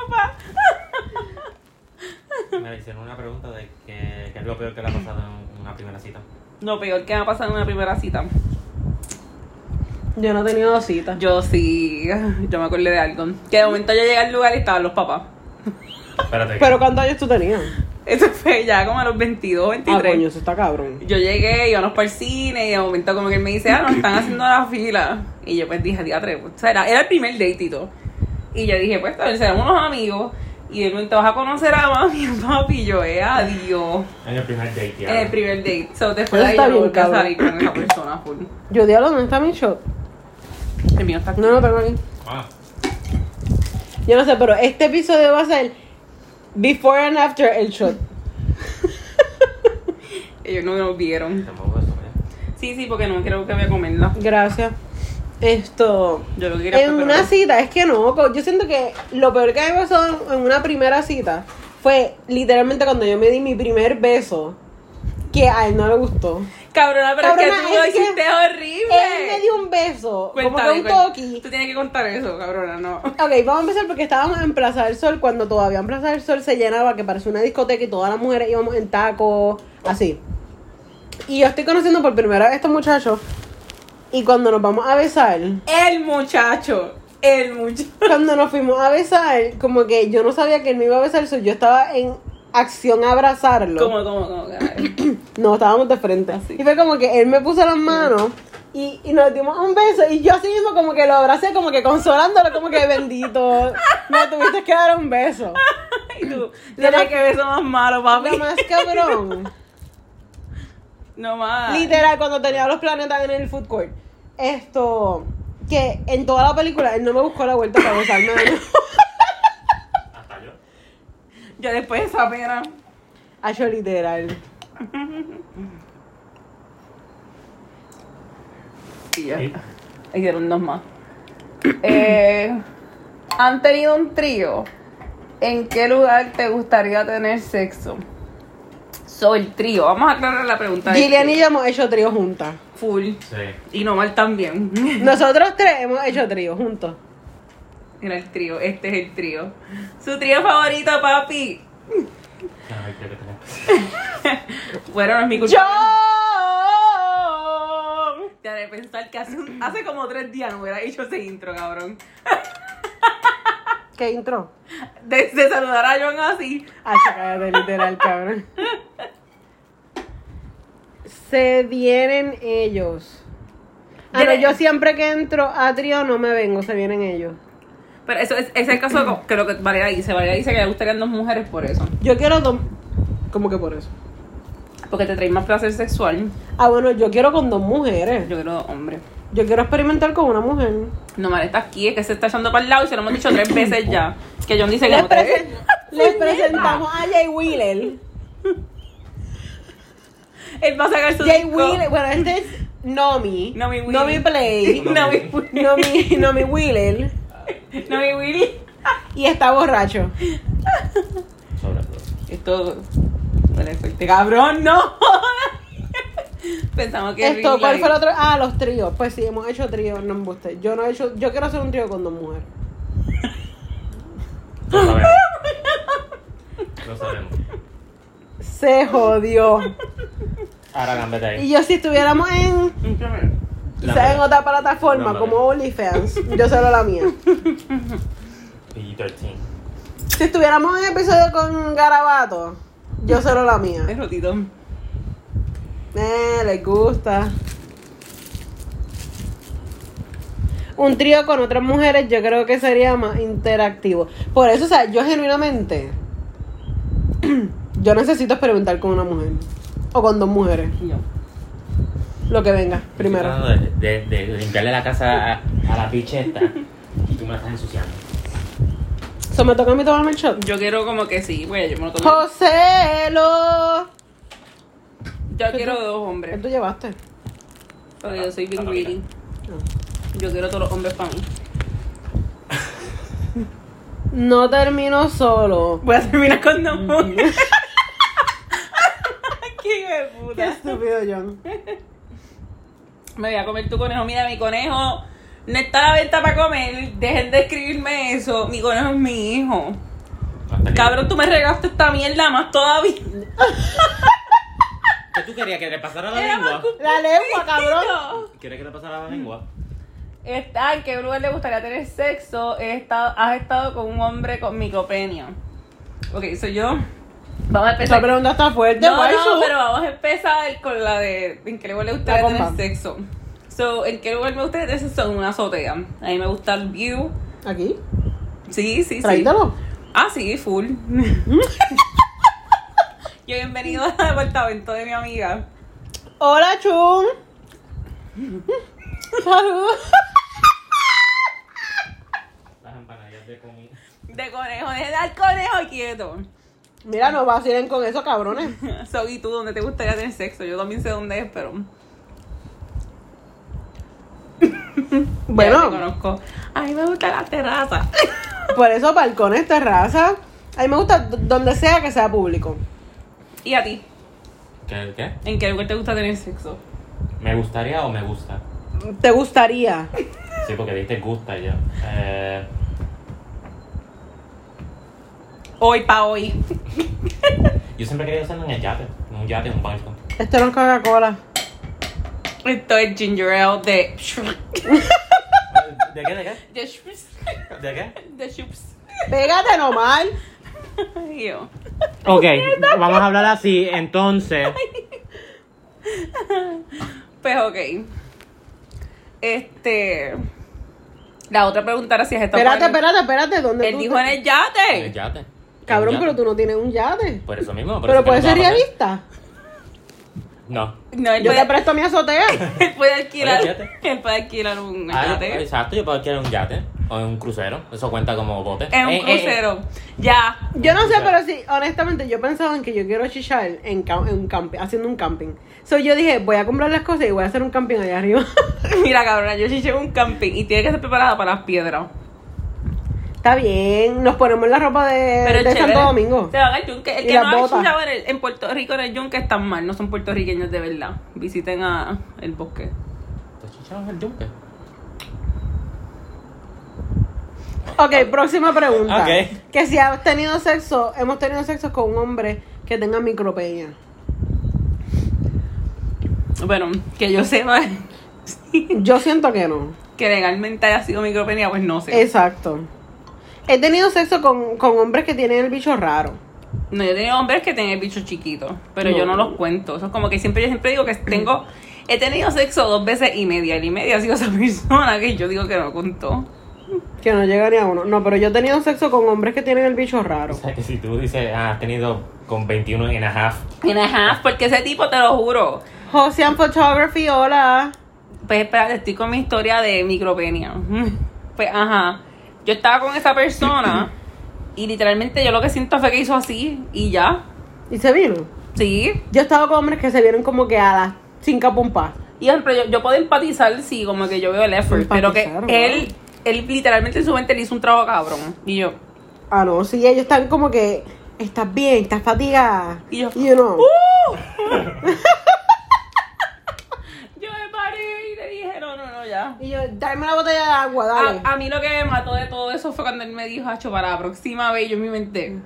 Speaker 2: quiero lavar ropa.
Speaker 3: me le hicieron una pregunta de que, que es lo peor que le ha pasado en una primera cita.
Speaker 2: Lo peor que me ha pasado en una primera cita.
Speaker 1: Yo no he tenido citas.
Speaker 2: Yo sí, [LAUGHS] yo me acordé de algo. Que de momento yo llegué al lugar y estaban los papás.
Speaker 3: Espérate.
Speaker 1: Pero ¿cuántos años tú tenías?
Speaker 2: Eso fue ya como a los 22,
Speaker 1: Ah,
Speaker 2: 23.
Speaker 1: coño, eso está cabrón.
Speaker 2: yo llegué, íbamos para el cine y de momento como que él me dice, ah, no, están haciendo la fila. Y yo pues dije, diatre, pues, o sea, era, era el primer date y todo. Y yo dije, pues también serán unos amigos. Y él me dijo, te vas a conocer a mami [LAUGHS] y a papi. Y yo, eh, adiós.
Speaker 3: En el primer date, ya.
Speaker 2: En el primer date. So, después de ahí
Speaker 1: Eso está
Speaker 2: yo no
Speaker 1: bien,
Speaker 2: volví a
Speaker 1: cabrón.
Speaker 2: salir con esa persona full.
Speaker 1: Yo, diablo, ¿dónde está mi shot?
Speaker 2: El mío está aquí.
Speaker 1: No lo tengo aquí.
Speaker 3: Ah,
Speaker 1: Yo no sé, pero este episodio va a ser Before and After el shot.
Speaker 2: Ellos no nos vieron.
Speaker 3: tampoco eso, ¿eh?
Speaker 2: Sí, sí, porque no creo que voy a comerla.
Speaker 1: Gracias. Esto.
Speaker 2: Yo lo que quería
Speaker 1: En
Speaker 2: fue
Speaker 1: una
Speaker 2: peperón.
Speaker 1: cita, es que no, co- yo siento que lo peor que me pasó en una primera cita fue literalmente cuando yo me di mi primer beso, que a él no le gustó.
Speaker 2: Cabrona, pero es
Speaker 1: Cabrona,
Speaker 2: que tú lo
Speaker 1: es que
Speaker 2: hiciste horrible.
Speaker 1: Él me dio un beso,
Speaker 2: Cuéntame,
Speaker 1: como que
Speaker 2: cuéntame.
Speaker 1: un toqui.
Speaker 2: Tú tienes que contar eso, cabrona, no.
Speaker 1: Ok, vamos a empezar porque estábamos en Plaza del Sol cuando todavía en Plaza del Sol se llenaba, que parecía una discoteca y todas las mujeres íbamos en tacos, así. Y yo estoy conociendo por primera vez a estos muchachos y cuando nos vamos a besar,
Speaker 2: El muchacho, el muchacho.
Speaker 1: cuando nos fuimos a besar, como que yo no sabía que él me iba a besar, so yo estaba en acción a abrazarlo.
Speaker 2: ¿Cómo, cómo, cómo? cabrón?
Speaker 1: [COUGHS] No, estábamos de frente.
Speaker 2: Así.
Speaker 1: Y fue como que él me puso las manos y, y nos dimos un beso. Y yo así mismo como que lo abracé, como que consolándolo, como que bendito. Me tuviste que dar un beso.
Speaker 2: Y tú, tienes que beso más malo, papi.
Speaker 1: Lo más cabrón.
Speaker 2: No más.
Speaker 1: Literal, cuando tenía los planetas en el food court. Esto, que en toda la película él no me buscó la vuelta para besarme. de nuevo.
Speaker 3: Hasta yo.
Speaker 2: Yo después de esa pena.
Speaker 1: Ah, yo literal.
Speaker 2: Y ya.
Speaker 3: Sí.
Speaker 2: Hicieron dos
Speaker 1: [COUGHS]
Speaker 2: más. Eh, ¿Han tenido un trío? ¿En qué lugar te gustaría tener sexo? Soy el trío. Vamos a aclarar la pregunta. del
Speaker 1: Gillian y
Speaker 2: trío.
Speaker 1: yo hemos hecho trío juntas.
Speaker 2: Full.
Speaker 3: Sí.
Speaker 2: Y Nomar también. [LAUGHS]
Speaker 1: Nosotros tres hemos hecho trío juntos.
Speaker 2: Era el trío. Este es el trío. ¿Su trío favorito, papi?
Speaker 3: Ay, creo que tenemos.
Speaker 2: Bueno, no es mi culpa.
Speaker 1: ¡Yo!
Speaker 2: Te haré pensar que hace, un- hace como tres días no hubiera hecho ese intro, cabrón.
Speaker 1: ¿Qué intro?
Speaker 2: De, de saludar a John así.
Speaker 1: Ah, se cállate, literal, cabrón. Se vienen ellos. Ah, no, yo siempre que entro a trío no me vengo, se vienen ellos.
Speaker 2: Pero eso es, es el caso co- que lo que Valeria dice. Valeria dice que le gustarían dos mujeres por eso.
Speaker 1: Yo quiero dos. ¿Cómo que por eso?
Speaker 2: Porque te trae más placer sexual.
Speaker 1: Ah, bueno, yo quiero con dos mujeres.
Speaker 2: Yo creo, hombre.
Speaker 1: Yo quiero experimentar con una mujer.
Speaker 2: No mal está aquí, es que se está echando para el lado y se lo hemos dicho
Speaker 1: [COUGHS]
Speaker 2: tres veces ya. Que John dice que
Speaker 1: Les,
Speaker 2: no te-
Speaker 1: presen- [LAUGHS] les presentamos a Jay Wheeler.
Speaker 2: Él va a sacar su
Speaker 1: Jay
Speaker 2: disco.
Speaker 1: Wheeler, bueno, este es Nomi.
Speaker 2: Nomi Wheeler.
Speaker 1: Nomi Play.
Speaker 2: [LAUGHS] No mi
Speaker 1: Nomi, Nomi Wheeler.
Speaker 2: No mi Willy.
Speaker 1: Y está borracho.
Speaker 3: Sobre todo.
Speaker 2: Esto. Vale, fuerte. Cabrón, no. [LAUGHS] Pensamos que.
Speaker 1: Esto,
Speaker 2: Ricky
Speaker 1: ¿cuál fue el
Speaker 2: Lake-
Speaker 1: otro? Ah, los tríos. Pues sí, hemos hecho tríos, no embuste. Yo no he hecho, yo quiero hacer un trío con dos mujeres.
Speaker 3: Lo
Speaker 2: [LAUGHS]
Speaker 3: sabemos. Lo sabemos.
Speaker 1: Se jodió.
Speaker 3: Ahora cámbiate
Speaker 1: Y
Speaker 3: ahí.
Speaker 1: yo si estuviéramos en, quizás en otra plataforma
Speaker 3: No,
Speaker 1: como
Speaker 3: no.
Speaker 1: OnlyFans, yo solo la mía.
Speaker 3: PG-13.
Speaker 1: Si estuviéramos en episodio con Garabato, yo solo la mía.
Speaker 2: Es rotito.
Speaker 1: Eh, les gusta. Un trío con otras mujeres yo creo que sería más interactivo. Por eso, o sea, yo genuinamente, [CLEARS THROAT] yo necesito experimentar con una mujer. O con dos mujeres.
Speaker 2: Y yo.
Speaker 1: Lo que venga,
Speaker 3: Estoy
Speaker 1: primero.
Speaker 3: tratando De, de- de limpiarle la casa a, a la picheta. Y tú me la estás ensuciando.
Speaker 1: ¿So me toca a mí tomarme el shot?
Speaker 2: Yo quiero como que sí, pues yo me lo tomo.
Speaker 1: José, lo...
Speaker 2: Yo quiero
Speaker 1: tú-
Speaker 2: dos
Speaker 1: ¿Qué
Speaker 2: hombres.
Speaker 1: tú llevaste?
Speaker 2: Porque yo soy bien
Speaker 3: Ah,
Speaker 2: greedy. Yo quiero todos los hombres para mí.
Speaker 1: No termino solo.
Speaker 2: Voy a terminar con dos [LAUGHS] mujeres. Qué hijo de puta.
Speaker 1: Qué estúpido, John.
Speaker 2: Me voy a comer tu conejo. Mira, mi conejo no está a la venta para comer. Dejen de escribirme eso. Mi conejo es mi hijo.
Speaker 3: Ah, películas.
Speaker 2: Cabrón, tú me regaste esta mierda más [LAUGHS] todavía.
Speaker 3: ¿Qué tú querías? ¿Que le pasara la
Speaker 2: Era
Speaker 3: lengua?
Speaker 2: más
Speaker 1: La lengua, cabrón.
Speaker 2: [LAUGHS]
Speaker 3: ¿Quieres que le pasara la lengua?
Speaker 2: Está, ¿En Este, qué lugar le gustaría tener sexo? He estado, has estado con un hombre con micopenia. Ok, soy yo. Vamos a
Speaker 1: Esa
Speaker 2: empezar.
Speaker 1: pregunta está fuerte,
Speaker 2: No,
Speaker 1: guaysu.
Speaker 2: no, pero vamos a empezar con la de en qué lugar le gustaría
Speaker 1: La
Speaker 2: tener
Speaker 1: bomba.
Speaker 2: sexo. So, ¿en qué lugar me gustaría tener sexo? En una azotea. A mí me gusta el view.
Speaker 1: Aquí,
Speaker 2: Sí, sí, sí.
Speaker 1: tráítalo.
Speaker 2: Ah, sí, full. yo bienvenido al apartamento de mi amiga.
Speaker 1: Hola, Chun. Saludos.
Speaker 3: Las empanadillas de comida.
Speaker 2: De conejo, de dar conejo quieto.
Speaker 1: Mira, nos vacilen con eso, cabrones.
Speaker 2: So, ¿y tú dónde te gustaría tener sexo? Yo también sé dónde es, pero. Ya te
Speaker 1: Bueno,
Speaker 2: conozco. A mí me gusta la terraza.
Speaker 1: por eso balcones, terraza. A mí me gusta d- donde sea que sea público.
Speaker 2: ¿Y a ti?
Speaker 3: ¿Qué? ¿Qué?
Speaker 2: ¿En qué lugar te gusta tener sexo?
Speaker 3: ¿Me gustaría o me gusta?
Speaker 1: ¿Te gustaría?
Speaker 3: Sí, porque viste gusta ya. Eh,
Speaker 2: Hoy pa' hoy.
Speaker 3: yo siempre he querido hacerlo en el yate. En un yate, en un barco.
Speaker 1: Esto no es Coca-Cola.
Speaker 2: Esto es ginger ale de. [LAUGHS]
Speaker 3: ¿De qué? ¿De qué?
Speaker 2: De shups.
Speaker 3: ¿De qué?
Speaker 2: De shups.
Speaker 1: Pégate nomás.
Speaker 2: Ay, yo.
Speaker 3: Ok, vamos a hablar así. Entonces,
Speaker 2: Pues ok. Este. La otra pregunta era si es esta
Speaker 1: Espérate,
Speaker 2: parte.
Speaker 1: espérate, espérate. ¿Dónde
Speaker 2: Él
Speaker 1: tú
Speaker 2: dijo
Speaker 1: te-
Speaker 2: en el yate.
Speaker 3: en el yate.
Speaker 1: Cabrón,
Speaker 3: En el
Speaker 1: pero
Speaker 3: yate.
Speaker 1: tú no tienes un yate.
Speaker 3: Por eso mismo. por
Speaker 1: Pero
Speaker 3: eso que
Speaker 1: puedes
Speaker 3: no
Speaker 1: ser
Speaker 3: te vas a poner-
Speaker 1: realista.
Speaker 3: No.
Speaker 2: No, él
Speaker 1: Yo te
Speaker 2: puede,
Speaker 1: presto mi
Speaker 2: [LAUGHS]
Speaker 1: azotea.
Speaker 2: él puede alquilar.
Speaker 3: Oye, yate.
Speaker 2: Él puede alquilar un
Speaker 3: Ah,
Speaker 2: yate.
Speaker 3: exacto, yo puedo alquilar un yate o un crucero. Eso cuenta como bote.
Speaker 2: En un
Speaker 3: Eh, eh, eh.
Speaker 2: crucero. Ya. [LAUGHS]
Speaker 1: Yo no sé, pero sí, honestamente, yo pensaba en que yo quiero chichar en, cam- en un camping, haciendo un camping. So yo dije, voy a comprar las cosas y voy a hacer un camping allá arriba. [LAUGHS]
Speaker 2: Mira, cabrona, yo chiché en un camping y tiene que estar preparada para las piedras.
Speaker 1: Está bien, nos ponemos la ropa de,
Speaker 2: Pero es
Speaker 1: de
Speaker 2: chévere.
Speaker 1: Santo Domingo.
Speaker 2: Se van al yunque. El
Speaker 1: Y
Speaker 2: que
Speaker 1: las
Speaker 2: no ha
Speaker 1: botas.
Speaker 2: chichado en, el- en Puerto Rico en el yunque están mal. No son puertorriqueños de verdad. Visiten a el bosque.
Speaker 3: ¿Te chicharon el yunque?
Speaker 1: Ok, próxima pregunta.
Speaker 3: Ok.
Speaker 1: Que si has tenido sexo, hemos tenido sexo con un hombre que tenga micropenia.
Speaker 2: Bueno, que yo sepa [LAUGHS]
Speaker 1: Yo siento que no.
Speaker 2: que legalmente haya sido micropenia, pues no sé.
Speaker 1: Exacto. He tenido sexo con, con hombres que tienen el bicho raro.
Speaker 2: No, yo he tenido hombres que tienen el bicho chiquito, pero
Speaker 1: No.
Speaker 2: yo no los cuento. Eso es como que siempre, yo
Speaker 1: [CLEARS THROAT]
Speaker 2: siempre digo que tengo. He tenido sexo dos veces y media. Y media ha sido esa [LAUGHS] persona que yo digo que no contó.
Speaker 1: Que no llega ni a uno. No, pero yo he tenido sexo con hombres que tienen el bicho raro.
Speaker 3: O sea, que si tú dices, ah, has tenido con 21 and a half.
Speaker 2: Y ajá, porque ese tipo, te lo juro.
Speaker 1: Josean Photography, hola.
Speaker 2: Pues espérate, estoy con mi historia de micropenia. [LAUGHS] Pues ajá. Yo estaba con esa [CLEARS THROAT] persona y literalmente yo lo que siento fue que hizo así y ya.
Speaker 1: Y se vino.
Speaker 2: Sí.
Speaker 1: Yo he estado con hombres que se vieron como que a las cinco pompas.
Speaker 2: Y ejemplo, yo, yo puedo empatizar, sí, como que yo veo el effort, pero que
Speaker 1: Empatizar, wow.
Speaker 2: él, él literalmente en su mente le hizo un trabajo cabrón. Y yo,
Speaker 1: Ah, no, sí, ellos están como que. Estás bien, estás fatigada.
Speaker 2: Y yo- "Uh".
Speaker 1: no.
Speaker 2: yo me paré y le dije, no, no, no, ya.
Speaker 1: Y yo, dame la botella de agua, dale.
Speaker 2: A, a mí lo que me mató de todo eso fue cuando él me dijo, Hacho, para la próxima vez, yo me inventé. [LAUGHS]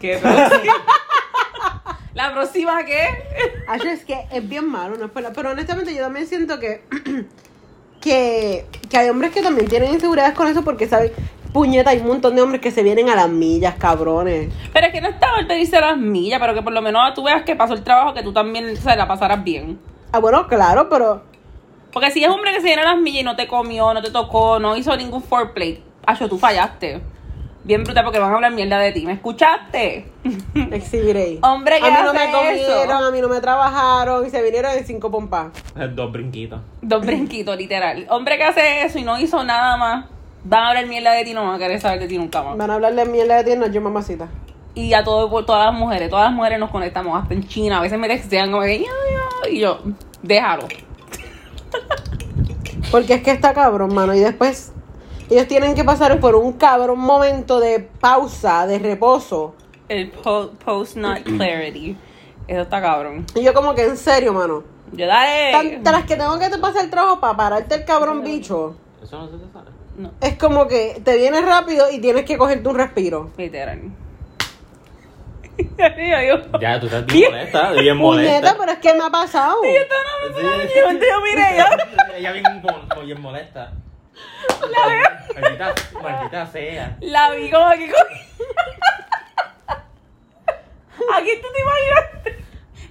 Speaker 2: ¿Qué próxima? ¿La próxima qué?
Speaker 1: Acho, es que es bien malo, no es por la- Pero honestamente yo también siento que, [CLEARS THROAT] que. que hay hombres que también tienen inseguridades con eso porque, ¿sabes? Puñeta, hay un montón de hombres que se vienen a las millas, cabrones.
Speaker 2: Pero es que no estaba él te dice las millas, pero que por lo menos tú veas que pasó el trabajo, que tú también se la pasaras bien.
Speaker 1: Ah, bueno, claro,
Speaker 2: [LAUGHS]
Speaker 1: pero.
Speaker 2: Porque si es hombre que se llena las millas y no te comió, no te tocó, no hizo ningún foreplay, Acho, tú fallaste. Bien brutal porque van a hablar mierda de ti. ¿Me escuchaste? [LAUGHS]
Speaker 1: Exhibiré.
Speaker 2: Hombre, ¿qué
Speaker 1: A mí no
Speaker 2: hace
Speaker 1: me comieron,
Speaker 2: eso?
Speaker 1: a mí no me trabajaron y se vinieron de cinco pompas.
Speaker 3: Eh, Dos brinquitos.
Speaker 2: Dos brinquitos, literal. Hombre que hace eso y no hizo nada más, van a hablar mierda de ti, no van a querer saber de ti nunca más.
Speaker 1: Van a hablarle mierda de ti, no yo mamacita.
Speaker 2: Y a todo, por todas las mujeres, todas las mujeres nos conectamos, hasta en China. A veces me desean como que, "Ya, ya", y yo, déjalo.
Speaker 1: Porque es que está cabrón, mano. Y después ellos tienen que pasar por un cabrón momento de pausa, de reposo.
Speaker 2: El po- post not clarity. Eso está cabrón.
Speaker 1: Y yo como que en serio, mano.
Speaker 2: Yo dale.
Speaker 1: Eh. Tantas las que tengo que te pasar el trabajo para pararte el cabrón bicho.
Speaker 3: Eso no se te sabe.
Speaker 2: No,
Speaker 1: Es como que te vienes rápido y tienes que cogerte un respiro.
Speaker 2: literal. [LAUGHS] Dios mío, yo.
Speaker 3: Ya, tú estás bien molesta, bien
Speaker 1: Puñeta,
Speaker 3: molesta.
Speaker 1: pero es que me ha pasado.
Speaker 3: Sí.
Speaker 2: Yo, yo miré, yo.
Speaker 3: [LAUGHS] Ella bien, mo- bien molesta. La Maldita, maldita sea.
Speaker 2: La vi como aquí con... [LAUGHS] Aquí tú te imaginaste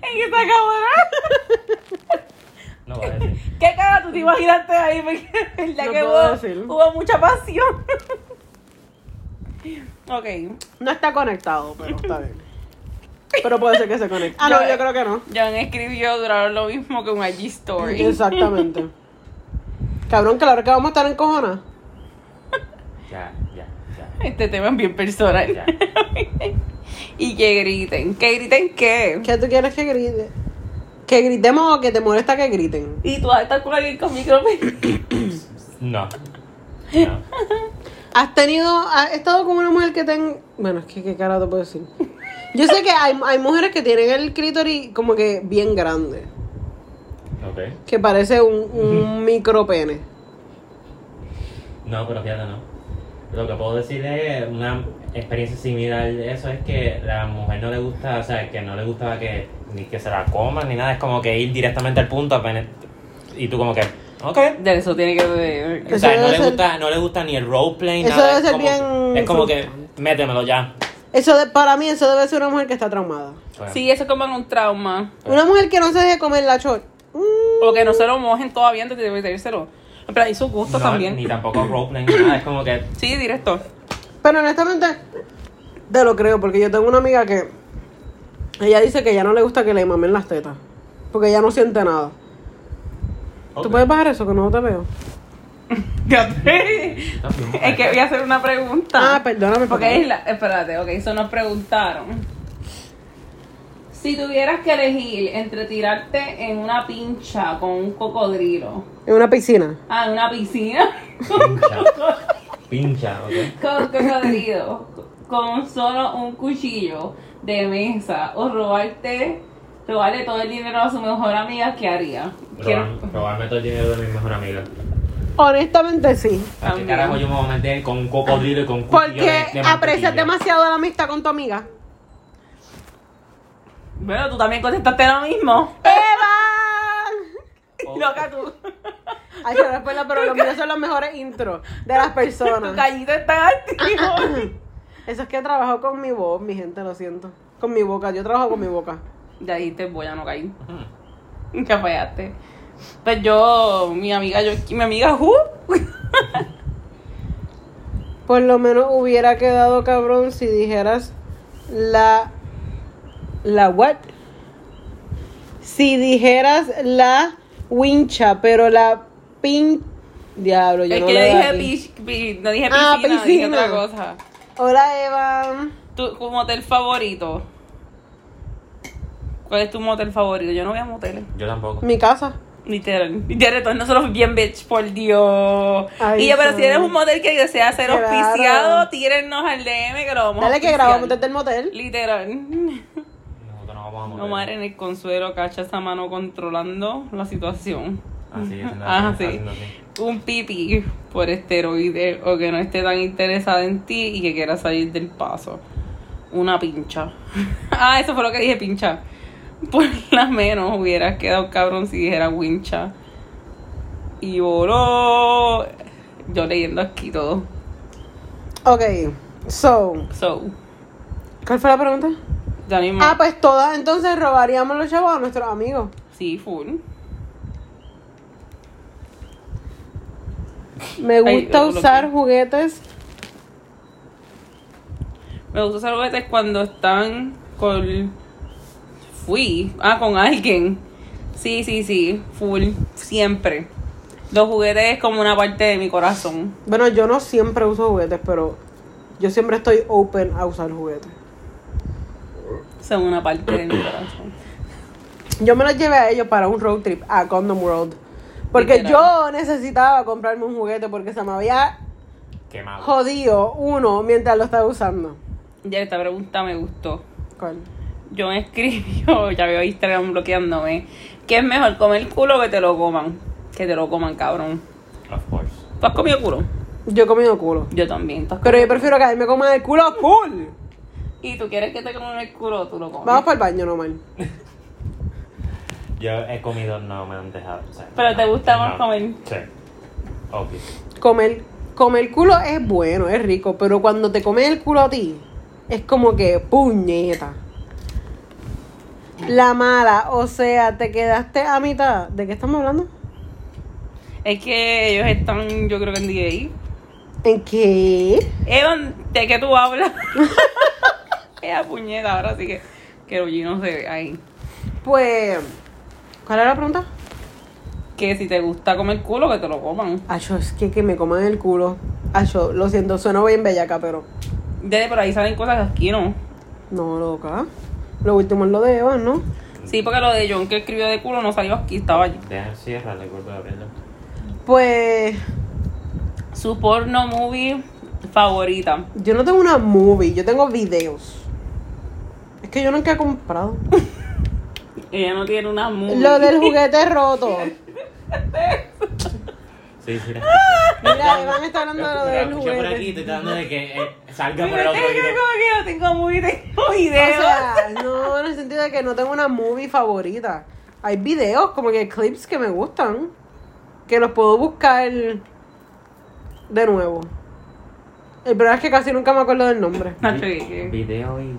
Speaker 2: en esa cabrona.
Speaker 1: [LAUGHS]
Speaker 3: No va a decir.
Speaker 2: ¿Qué cara tú te imaginaste ahí? Porque es verdad
Speaker 1: No
Speaker 2: que
Speaker 1: puedo
Speaker 2: hubo,
Speaker 1: decir.
Speaker 2: hubo mucha pasión. [LAUGHS] Ok.
Speaker 1: No está conectado, pero está bien. Pero puede ser que se conecte. Ah, no, yo creo que no.
Speaker 2: John escribió duraron lo mismo que un IG Story.
Speaker 1: Exactamente. Cabrón, claro que vamos a estar en cojona.
Speaker 3: [LAUGHS] Ya, ya, ya.
Speaker 2: Este tema es bien personal.
Speaker 3: Ya.
Speaker 2: [LAUGHS] Y que griten. ¿Que griten qué?
Speaker 1: ¿Qué tú quieres que grite? ¿Que gritemos o que te molesta que griten?
Speaker 2: Y tú vas a estar con alguien con [COUGHS] micrófono.
Speaker 3: No. No.
Speaker 1: ¿Has tenido, has estado con una mujer que tenga... Bueno, es que qué cara te puedo decir. Yo sé que hay, hay mujeres que tienen el clítoris como que bien grande,
Speaker 3: Ok.
Speaker 1: que parece un, un micro pene.
Speaker 3: No, pero fíjate, no. Lo que puedo decir es una experiencia similar a eso es que la mujer no le gusta, o sea, que no le gustaba que ni que se la coman ni nada, es como que ir directamente al punto apenas- y tú como que, ok.
Speaker 2: De eso tiene que ver.
Speaker 3: O sea,
Speaker 1: Eso
Speaker 3: no
Speaker 1: debe
Speaker 3: le,
Speaker 1: ser-
Speaker 3: gusta, no le gusta ni el roleplay,
Speaker 1: Eso
Speaker 3: nada.
Speaker 1: debe
Speaker 3: es
Speaker 1: ser
Speaker 3: como-
Speaker 1: bien
Speaker 3: Es como que, métemelo ya.
Speaker 1: Eso de, para mí, eso debe ser una mujer que está traumada.
Speaker 2: Sí, eso es como un trauma.
Speaker 1: Una mujer que no se deje comer la chor. Mm,
Speaker 2: O que no se lo mojen todavía antes de metérselo. En plan, y sus gustos
Speaker 3: No,
Speaker 2: también.
Speaker 3: Ni tampoco roleplay, ni nada, es como que, [LAUGHS]
Speaker 2: Sí, directo.
Speaker 1: Pero honestamente, te lo creo, porque yo tengo una amiga que... Ella dice que ya no le gusta que le mamen las tetas, porque ella no siente nada.
Speaker 3: ok,
Speaker 1: ¿Tú puedes bajar eso que no te veo?
Speaker 2: es
Speaker 3: está bien,
Speaker 2: que voy a hacer una pregunta.
Speaker 1: Ah, perdóname.
Speaker 2: Ok,
Speaker 1: perdóname.
Speaker 2: la- espérate, ok, eso nos preguntaron. Si tuvieras que elegir entre tirarte en una pincha con un cocodrilo,
Speaker 1: En una piscina.
Speaker 2: ah, en una piscina [LAUGHS]
Speaker 3: Pincha, pincha, ok.
Speaker 2: con un cocodrilo, con solo un cuchillo de mesa, o robarte, robarle todo el dinero a su mejor amiga, ¿qué haría? Quiero-
Speaker 3: Robar- Robarme todo el dinero de mi mejor amiga.
Speaker 1: Honestamente sí.
Speaker 3: ¿A qué
Speaker 2: También.
Speaker 3: carajo yo me voy a meter con un cocodrilo y con un cuchillo de- de
Speaker 1: Porque
Speaker 3: mantequilla?
Speaker 1: aprecias demasiado la amistad con tu amiga.
Speaker 2: Bueno, tú también contestaste lo mismo.
Speaker 1: ¡Eva!
Speaker 3: Oh,
Speaker 2: [LAUGHS] Loca tú.
Speaker 1: Ay, se respuesta, pero los míos son los mejores intros de las
Speaker 2: Tu
Speaker 1: personas.
Speaker 2: callito está activo.
Speaker 3: [LAUGHS]
Speaker 1: Eso es que trabajo con mi voz, mi gente, lo siento. Con mi boca, yo trabajo con mi boca.
Speaker 2: Ya dijiste, voy a no caí.
Speaker 3: ujú.
Speaker 2: Ya fallaste. Pues yo, mi amiga, yo, mi amiga, ¿who?
Speaker 1: Pues Por lo menos hubiera quedado cabrón si dijeras la. ¿La what? Si dijeras la wincha, pero la pin. Diablo, yo
Speaker 2: es
Speaker 1: no
Speaker 2: que yo
Speaker 1: le doy
Speaker 2: dije,
Speaker 1: aquí.
Speaker 2: pis- pi- no dije piscina,
Speaker 1: Ah,
Speaker 2: dije
Speaker 1: piscina.
Speaker 2: otra cosa.
Speaker 1: Hola Eva.
Speaker 2: Tu, tu motel favorito. ¿Cuál es tu motel favorito? Yo no voy a moteles.
Speaker 3: Yo tampoco.
Speaker 1: Mi casa.
Speaker 2: Literal. Literal, todos nosotros bien bitch, por Dios.
Speaker 1: Ay,
Speaker 2: y yo, pero
Speaker 1: sí.
Speaker 2: si eres un motel que desea ser
Speaker 1: Claro.
Speaker 2: auspiciado, tírennos al DM que lo vamos a
Speaker 1: Dale que
Speaker 2: auspiciar.
Speaker 1: grabamos desde el motel.
Speaker 2: Literal.
Speaker 3: Nosotros no vamos a morir.
Speaker 2: Omar en el consuelo, cacha esa mano controlando la situación.
Speaker 3: Así, haciendo
Speaker 2: Ah,
Speaker 3: así,
Speaker 2: sí.
Speaker 3: haciendo así.
Speaker 2: Un pipi por esteroide o que no esté tan interesada en ti y que quiera salir del paso. Una pincha. [LAUGHS] ah, eso fue lo que dije, pincha. Por la menos hubieras quedado cabrón si dijera wincha. Y voló. Yo leyendo aquí todo.
Speaker 1: Ok. So.
Speaker 2: So,
Speaker 1: ¿Cuál fue la pregunta?
Speaker 2: ya mismo.
Speaker 1: Ah, pues todas entonces robaríamos los chavos a nuestros amigos.
Speaker 2: Sí, full.
Speaker 1: Me
Speaker 2: Ay,
Speaker 1: gusta
Speaker 2: lo- lo
Speaker 1: usar
Speaker 2: que-
Speaker 1: juguetes.
Speaker 2: Me gusta usar juguetes cuando están con. Fui. Ah, con alguien. Sí, sí, sí. Full. Siempre. Los juguetes es como una parte de mi corazón.
Speaker 1: Bueno, yo no siempre uso juguetes, pero yo siempre estoy open a usar juguetes.
Speaker 2: Son una parte de mi corazón.
Speaker 1: Yo me los llevé a ellos para un road trip a Condom World. Porque yo
Speaker 2: Literal.
Speaker 1: necesitaba comprarme un juguete porque se me había
Speaker 3: Quemado.
Speaker 1: jodido uno mientras lo estaba usando.
Speaker 2: Ya esta pregunta me gustó.
Speaker 1: ¿Cuál?
Speaker 2: John escribió, [LAUGHS] ya veo Instagram bloqueándome. ¿Qué es mejor, comer culo o que te lo coman? Que te lo coman, cabrón.
Speaker 3: Of course.
Speaker 2: ¿Tú has comido culo?
Speaker 1: Yo he comido culo.
Speaker 2: Yo también. tú has
Speaker 1: Pero yo
Speaker 2: comido.
Speaker 1: prefiero que a mí me coma el culo full.
Speaker 2: Y tú quieres que te coman el culo, tú lo comes.
Speaker 1: Vamos para el baño nomás.
Speaker 3: Yo he comido, no me han dejado. o sea,
Speaker 2: Pero te gusta más
Speaker 3: no.
Speaker 2: comer.
Speaker 3: Sí. Obvio.
Speaker 1: Comer, comer culo es bueno, es rico. Pero cuando te comes el culo a ti, es como que puñeta. La mala, o sea, te quedaste a mitad. ¿De qué estamos hablando?
Speaker 2: Es que ellos están, yo creo que en DJI.
Speaker 1: ¿En qué?
Speaker 2: Evan, ¿de qué tú hablas? [LAUGHS] Esa puñeta, ahora sí que. Que Luigi no se ve ahí.
Speaker 1: Pues, ¿cuál era la pregunta?
Speaker 2: Que si te gusta comer culo, que te lo coman.
Speaker 1: Acho, es que, que me coman el culo. Acho, lo siento, suena bien bellaca, pero
Speaker 2: Desde por ahí salen cosas aquí, ¿no?
Speaker 1: no, loca. Lo último es lo de Eva, ¿no?
Speaker 2: Sí, porque lo de John que escribió de culo no salió aquí, estaba allí.
Speaker 3: Deja, cierra, le vuelvo a abrirlo.
Speaker 1: Pues,
Speaker 2: Su porno movie favorita.
Speaker 1: yo no tengo una movie, yo tengo videos. Es que yo nunca he comprado.
Speaker 2: Ella no tiene una movie.
Speaker 1: Lo del juguete roto.
Speaker 3: Sí, mira.
Speaker 1: Mira, Iván está hablando de lo del
Speaker 3: Escucha por aquí,
Speaker 1: juguete.
Speaker 3: estoy tratando de que eh, salga
Speaker 2: Mira,
Speaker 3: por el otro
Speaker 2: tengo
Speaker 3: oído.
Speaker 2: como que yo tengo movie, tengo
Speaker 1: O
Speaker 2: videos.
Speaker 1: sea, no, en el sentido de que no tengo una movie favorita. Hay videos, como que clips que me gustan, que los puedo buscar de nuevo. El problema es que casi nunca me acuerdo del nombre.
Speaker 2: Nacho, ¿qué?
Speaker 3: Video y.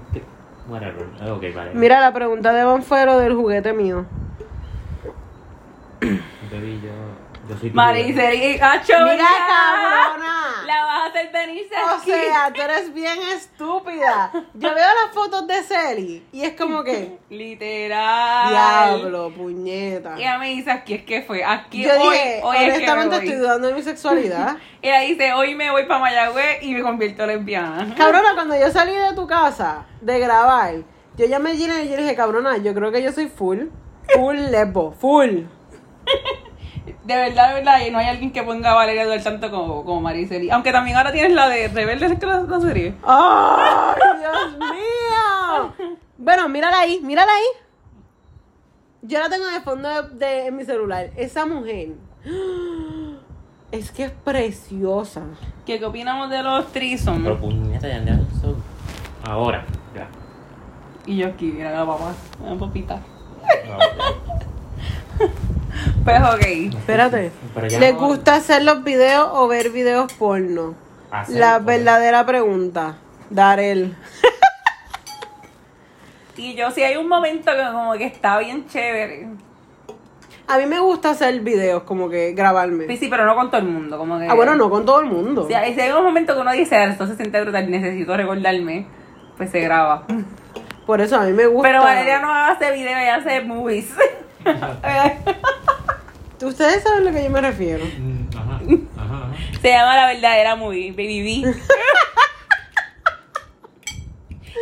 Speaker 3: Whatever. Ok, vale.
Speaker 1: Mira, la pregunta de Van fue lo del juguete mío.
Speaker 3: Baby, yo. Yo soy tu juguete.
Speaker 2: Maricel, ¡Acho!
Speaker 1: Mira,
Speaker 2: ¿verdad?
Speaker 1: cabrona.
Speaker 2: ah, La vas a hacer venirse
Speaker 1: O
Speaker 2: aquí.
Speaker 1: sea, tú eres bien estúpida. Yo veo las fotos de Celi y es como que...
Speaker 2: Literal.
Speaker 1: Diablo, puñeta.
Speaker 2: Y ella me dice, aquí es que fue. Aquí
Speaker 1: Yo
Speaker 2: hoy,
Speaker 1: dije,
Speaker 2: hoy es que me
Speaker 1: honestamente
Speaker 2: voy.
Speaker 1: estoy dudando de mi sexualidad. [LAUGHS]
Speaker 2: Y ella dice, hoy me voy para Mayagüez y me convierto en lesbiana.
Speaker 1: Cabrona, cuando yo salí de tu casa de grabar, yo llamé a Gina y yo le dije, cabrona, yo creo que yo soy full. Full lesbo, full.
Speaker 2: De verdad, de verdad, y no hay alguien que ponga a Valeria Dual tanto como, como Mariceli. Aunque también ahora tienes la de Rebelde, ¿es que la, la serie?
Speaker 1: ¡Ay,
Speaker 2: [LAUGHS]
Speaker 1: Dios mío! Bueno, mírala ahí, mírala ahí. Yo la tengo de fondo de, de- en mi celular. Esa mujer. [GASPS] Es que es preciosa.
Speaker 2: ¿Qué, qué opinamos de los Trison?
Speaker 3: Pero puñeta, ya andan so- Ahora. Ya.
Speaker 2: Y yo aquí, mira la papá, una papita.
Speaker 3: No,
Speaker 2: Pues ok.
Speaker 1: Espérate.
Speaker 3: pero ya
Speaker 1: ¿Les
Speaker 3: no-
Speaker 1: gusta hacer los videos o ver videos porno?
Speaker 3: Hacer,
Speaker 1: La
Speaker 3: porque-
Speaker 1: verdadera pregunta. Darel.
Speaker 2: Y yo sí hay un momento que como que está bien chévere.
Speaker 1: A mí me gusta hacer videos, como que
Speaker 2: Sí,
Speaker 1: grabarme.
Speaker 2: sí, pero no con todo el mundo, como que...
Speaker 1: Ah, bueno, no con todo el mundo.
Speaker 2: Si hay, si hay un momento que uno dice, "Ah, esto se siente brutal, necesito recordarme, pues se graba.
Speaker 1: Por eso a mí me gusta.
Speaker 2: Pero Valeria no hace video, ella hace movies. [LAUGHS]
Speaker 1: Ustedes saben a lo que yo me refiero.
Speaker 3: Mm, Ajá, ajá, ajá.
Speaker 2: se llama La Verdadera Movie,
Speaker 1: [LAUGHS]
Speaker 2: Baby B.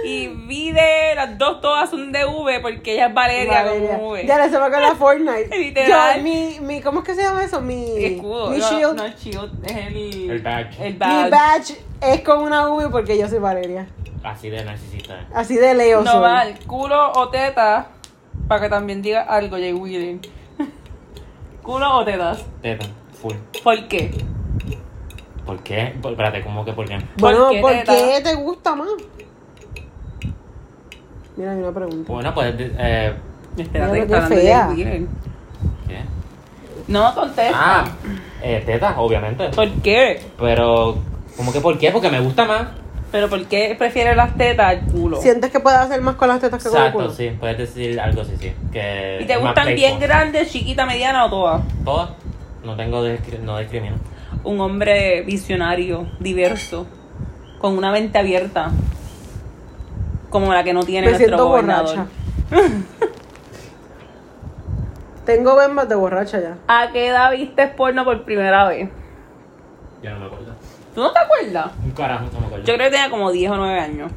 Speaker 2: y vi de las dos, todas son de V, porque ella es Valeria,
Speaker 1: Valeria.
Speaker 2: con V.
Speaker 1: Ya le se va con la Fortnite.
Speaker 2: [LAUGHS] Literal.
Speaker 1: Yo, mi, mi, ¿cómo es que se llama eso? Mi
Speaker 2: Escudo,
Speaker 1: Mi
Speaker 2: no,
Speaker 1: shield.
Speaker 2: no, shield, es el...
Speaker 3: El badge.
Speaker 2: El
Speaker 1: Mi
Speaker 2: badge.
Speaker 1: badge es con una V porque yo soy Valeria.
Speaker 3: Así de narcisista.
Speaker 1: Así de leo
Speaker 2: No
Speaker 1: soy.
Speaker 2: mal, culo o teta, para que también diga algo, Jay Willen. [LAUGHS] culo o tetas,
Speaker 3: Teta, full.
Speaker 2: ¿por qué?
Speaker 3: ¿Por qué? Por- espérate, ¿cómo que por qué?
Speaker 1: Bueno,
Speaker 2: ¿Por qué
Speaker 1: ¿por
Speaker 2: te
Speaker 1: qué,
Speaker 2: da?
Speaker 1: te gusta más? Mira, hay una pregunta.
Speaker 3: Bueno, pues. Eh,
Speaker 2: Espérate,
Speaker 1: Mira lo
Speaker 2: está
Speaker 1: que
Speaker 2: hablando
Speaker 1: fea.
Speaker 2: Jay Wheeler.
Speaker 3: ¿Qué?
Speaker 2: No contesta.
Speaker 3: Ah, eh, teta, obviamente.
Speaker 2: ¿Por qué?
Speaker 3: Pero, ¿cómo que por qué? Porque me gusta más.
Speaker 2: Pero ¿por qué prefiere las tetas al culo?
Speaker 1: ¿Sientes que puedes hacer más con las tetas que con el
Speaker 3: Exacto,
Speaker 1: culo?
Speaker 3: sí, puedes decir algo así, sí. Que
Speaker 2: ¿Y te
Speaker 3: es más
Speaker 2: gustan bien
Speaker 3: playful.
Speaker 2: grandes, chiquita, mediana o todas?
Speaker 3: Todas. No tengo, discri- no discrimino.
Speaker 2: Un hombre visionario, diverso, con una mente abierta, como la que no tiene
Speaker 1: Me
Speaker 2: nuestro
Speaker 1: siento
Speaker 2: gobernador.
Speaker 1: borracha. [LAUGHS] Tengo bembas de borracha ya.
Speaker 2: ¿A qué edad viste porno por primera vez?
Speaker 3: Yo no me acuerdo.
Speaker 2: ¿Tú no te acuerdas?
Speaker 3: Un carajo, no me acuerdo.
Speaker 2: Yo creo que tenía como 10 o 9 años.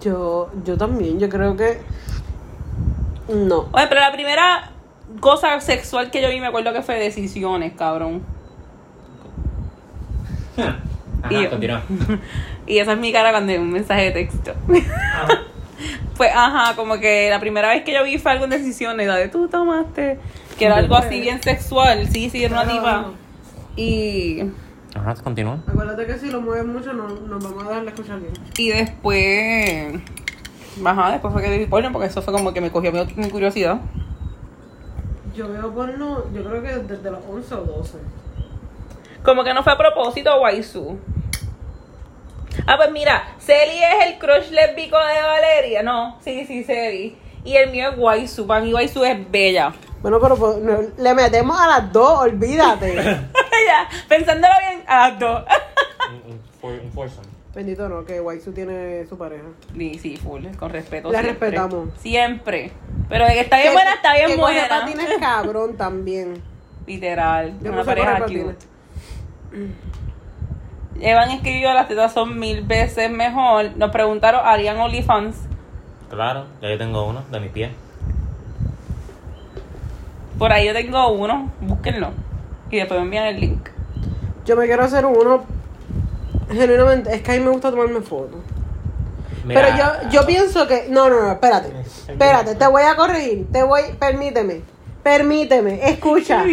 Speaker 1: Yo, yo también, yo creo que. No.
Speaker 2: Oye, pero la primera cosa sexual que yo vi me acuerdo que fue decisiones, cabrón.
Speaker 3: [LAUGHS] Ajá,
Speaker 2: Y-
Speaker 3: continúa.
Speaker 2: Y esa es mi cara cuando hay un mensaje de texto. [LAUGHS] pues, ajá, como que la primera vez que yo vi fue algo en decisiones, la de tú tomaste, que era algo así bien sexual. Sí, sí, era una tipa. Y,
Speaker 3: Ajá, continúa.
Speaker 1: Acuérdate que si lo mueves mucho, no, nos vamos a dejar de escuchar bien.
Speaker 2: y después. Ajá, después fue que vi porno porque eso fue como que me cogió mi, mi curiosidad.
Speaker 1: Yo veo porno, yo creo que desde los 11 o 12.
Speaker 2: Como que no fue a propósito, Waisu. Ah, pues mira, Celi es el crush lésbico de Valeria. No, sí, sí, Celi. Y el mío es Waisu. Para mí, Waisu es bella.
Speaker 1: Bueno, pero pues, no- le metemos a las dos, olvídate.
Speaker 2: [LAUGHS] ya, pensándolo bien, a las dos.
Speaker 3: Un, un, for- un foursome.
Speaker 1: Bendito no, que Waisu tiene su pareja.
Speaker 2: Sí, sí, full, con respeto.
Speaker 1: La
Speaker 2: siempre.
Speaker 1: respetamos.
Speaker 2: Siempre. Pero de que está bien
Speaker 1: Que-
Speaker 2: buena, está bien
Speaker 1: que
Speaker 2: buena.
Speaker 1: coge patines cabrón también.
Speaker 2: Literal,
Speaker 1: Yo
Speaker 2: una
Speaker 1: no sé correr
Speaker 2: pareja
Speaker 1: patines.
Speaker 2: cute. Evan escribió, las tetas son mil veces mejor. Nos preguntaron, ¿harían OnlyFans?
Speaker 3: Claro, ya yo tengo uno de mi pie.
Speaker 2: Por ahí yo tengo uno, búsquenlo. Y después me envían el link.
Speaker 1: Yo me quiero hacer uno. Genuinamente, es que a mí me gusta tomarme fotos. Pero yo, yo pienso que. No, no, no, espérate. Espérate, te voy a corregir. Te voy. Permíteme. Permíteme. Escucha.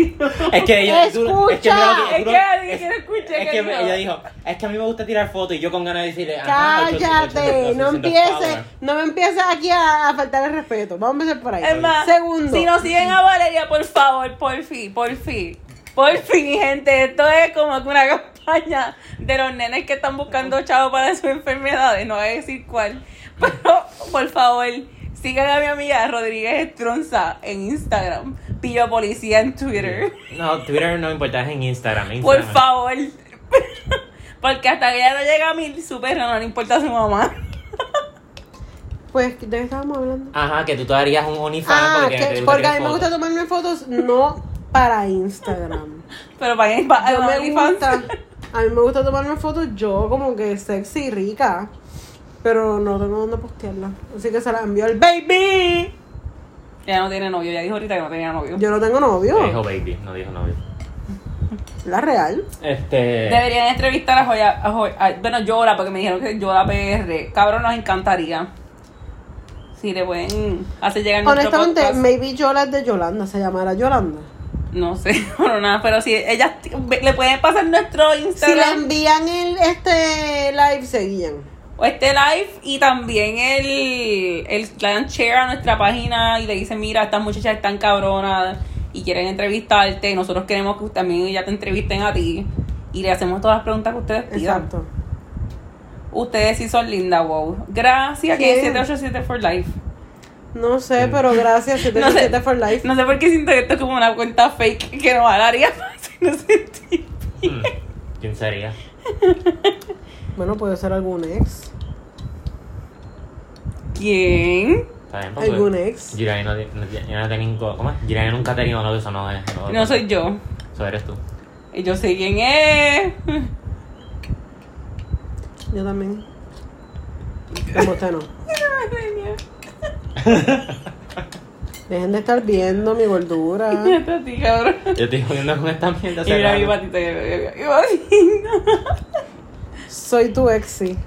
Speaker 3: Es que ella. tú- Es que, mira lo
Speaker 2: Es
Speaker 3: tú-
Speaker 2: que alguien que no escuche,
Speaker 3: es
Speaker 2: que
Speaker 3: que
Speaker 2: no.
Speaker 3: ella dijo: Es que a mí me gusta tirar fotos y yo con ganas de decirle. ajá, 800,
Speaker 1: Cállate.
Speaker 3: 800,
Speaker 1: No
Speaker 3: 800
Speaker 1: empieces.
Speaker 3: followers.
Speaker 1: No me empieces aquí a, a faltar el respeto. Vamos a empezar por ahí.
Speaker 2: Es más,
Speaker 1: Segundo.
Speaker 2: si nos siguen a Valeria, por favor, por fin, por fin. Por fin, gente, esto es como que una [LAUGHS] campaña de los nenes que están buscando chavo para sus enfermedades, no voy a decir cuál. Pero, por favor, sigan a mi amiga Rodríguez Tronza en Instagram, Pillo Policía en Twitter.
Speaker 3: No, Twitter no importa, es en Instagram.
Speaker 2: Por
Speaker 3: Instagram.
Speaker 2: favor. [LAUGHS] Porque hasta que ella no llega a mil, su perro no le importa a su mamá. [LAUGHS]
Speaker 1: Pues, ¿de qué estábamos hablando?
Speaker 3: Ajá, que tú te harías un OnlyFans
Speaker 1: Ah,
Speaker 3: porque,
Speaker 1: que-
Speaker 3: te gusta
Speaker 1: porque a
Speaker 3: tirar
Speaker 1: mí me gusta
Speaker 3: fotos.
Speaker 1: tomarme fotos. No para
Speaker 3: [LAUGHS]
Speaker 1: Instagram.
Speaker 2: Pero para que para
Speaker 1: Yo me
Speaker 2: OnlyFans.
Speaker 1: gusta, a mí me gusta tomarme fotos yo como que sexy y rica, pero no tengo dónde postearla. Así que se la envió el baby.
Speaker 2: Ella no tiene novio, ya dijo ahorita que no tenía novio.
Speaker 1: Yo no tengo
Speaker 3: Dijo
Speaker 1: novio.
Speaker 3: baby, no dijo novio.
Speaker 1: La real.
Speaker 3: Este.
Speaker 2: Deberían entrevistar a Joya, a Joya- a- bueno, Yola, porque me dijeron que Yola PR. Cabrón, nos encantaría. Si le pueden hacer llegar nuestro
Speaker 1: Honestamente,
Speaker 2: podcast.
Speaker 1: maybe Yola es de Yolanda, se llamará Yolanda.
Speaker 2: No sé, [LAUGHS] pero nada, pero si ellas t- ve- le pueden pasar nuestro
Speaker 1: Si le
Speaker 2: Instagram
Speaker 1: envían el este live, seguían.
Speaker 2: o este live y también el, el le dan share a nuestra página y le dicen, mira, estas muchachas están cabronas y quieren entrevistarte y nosotros queremos que también ellas te entrevisten a ti y le hacemos todas las preguntas que ustedes pidan.
Speaker 1: Exacto.
Speaker 2: Ustedes sí son linda, wow. Gracias, que
Speaker 1: Sí.
Speaker 2: es 787 for life.
Speaker 1: No sé, pero gracias,
Speaker 2: [LAUGHS] No sé,
Speaker 1: 777 for life.
Speaker 2: no sé por qué siento que esto es como una cuenta fake que nos [LAUGHS] haría pues, no sentido.
Speaker 3: Mm, ¿Quién sería?
Speaker 1: Bueno, puede ser algún ex.
Speaker 2: ¿Quién?
Speaker 3: Está bien, porque
Speaker 1: Algún ex.
Speaker 3: Jiraiya no, ti- no, ti- yo no tengo, ¿cómo es? Jiraiya nunca ha tenido novio, eso no es.
Speaker 2: No soy yo.
Speaker 3: Eso eres tú.
Speaker 2: Y Yo sé quién es.
Speaker 1: Ah.
Speaker 2: [LAUGHS]
Speaker 1: Yo también. Como usted no. Dejen de estar viendo mi gordura.
Speaker 2: [LAUGHS] Mientras ti, cabrón.
Speaker 3: Yo estoy jodiendo con esta mierda.
Speaker 2: Y mira mi
Speaker 3: cerrada.
Speaker 2: patita. mira, mira, mira, mira.
Speaker 1: Soy tu exi.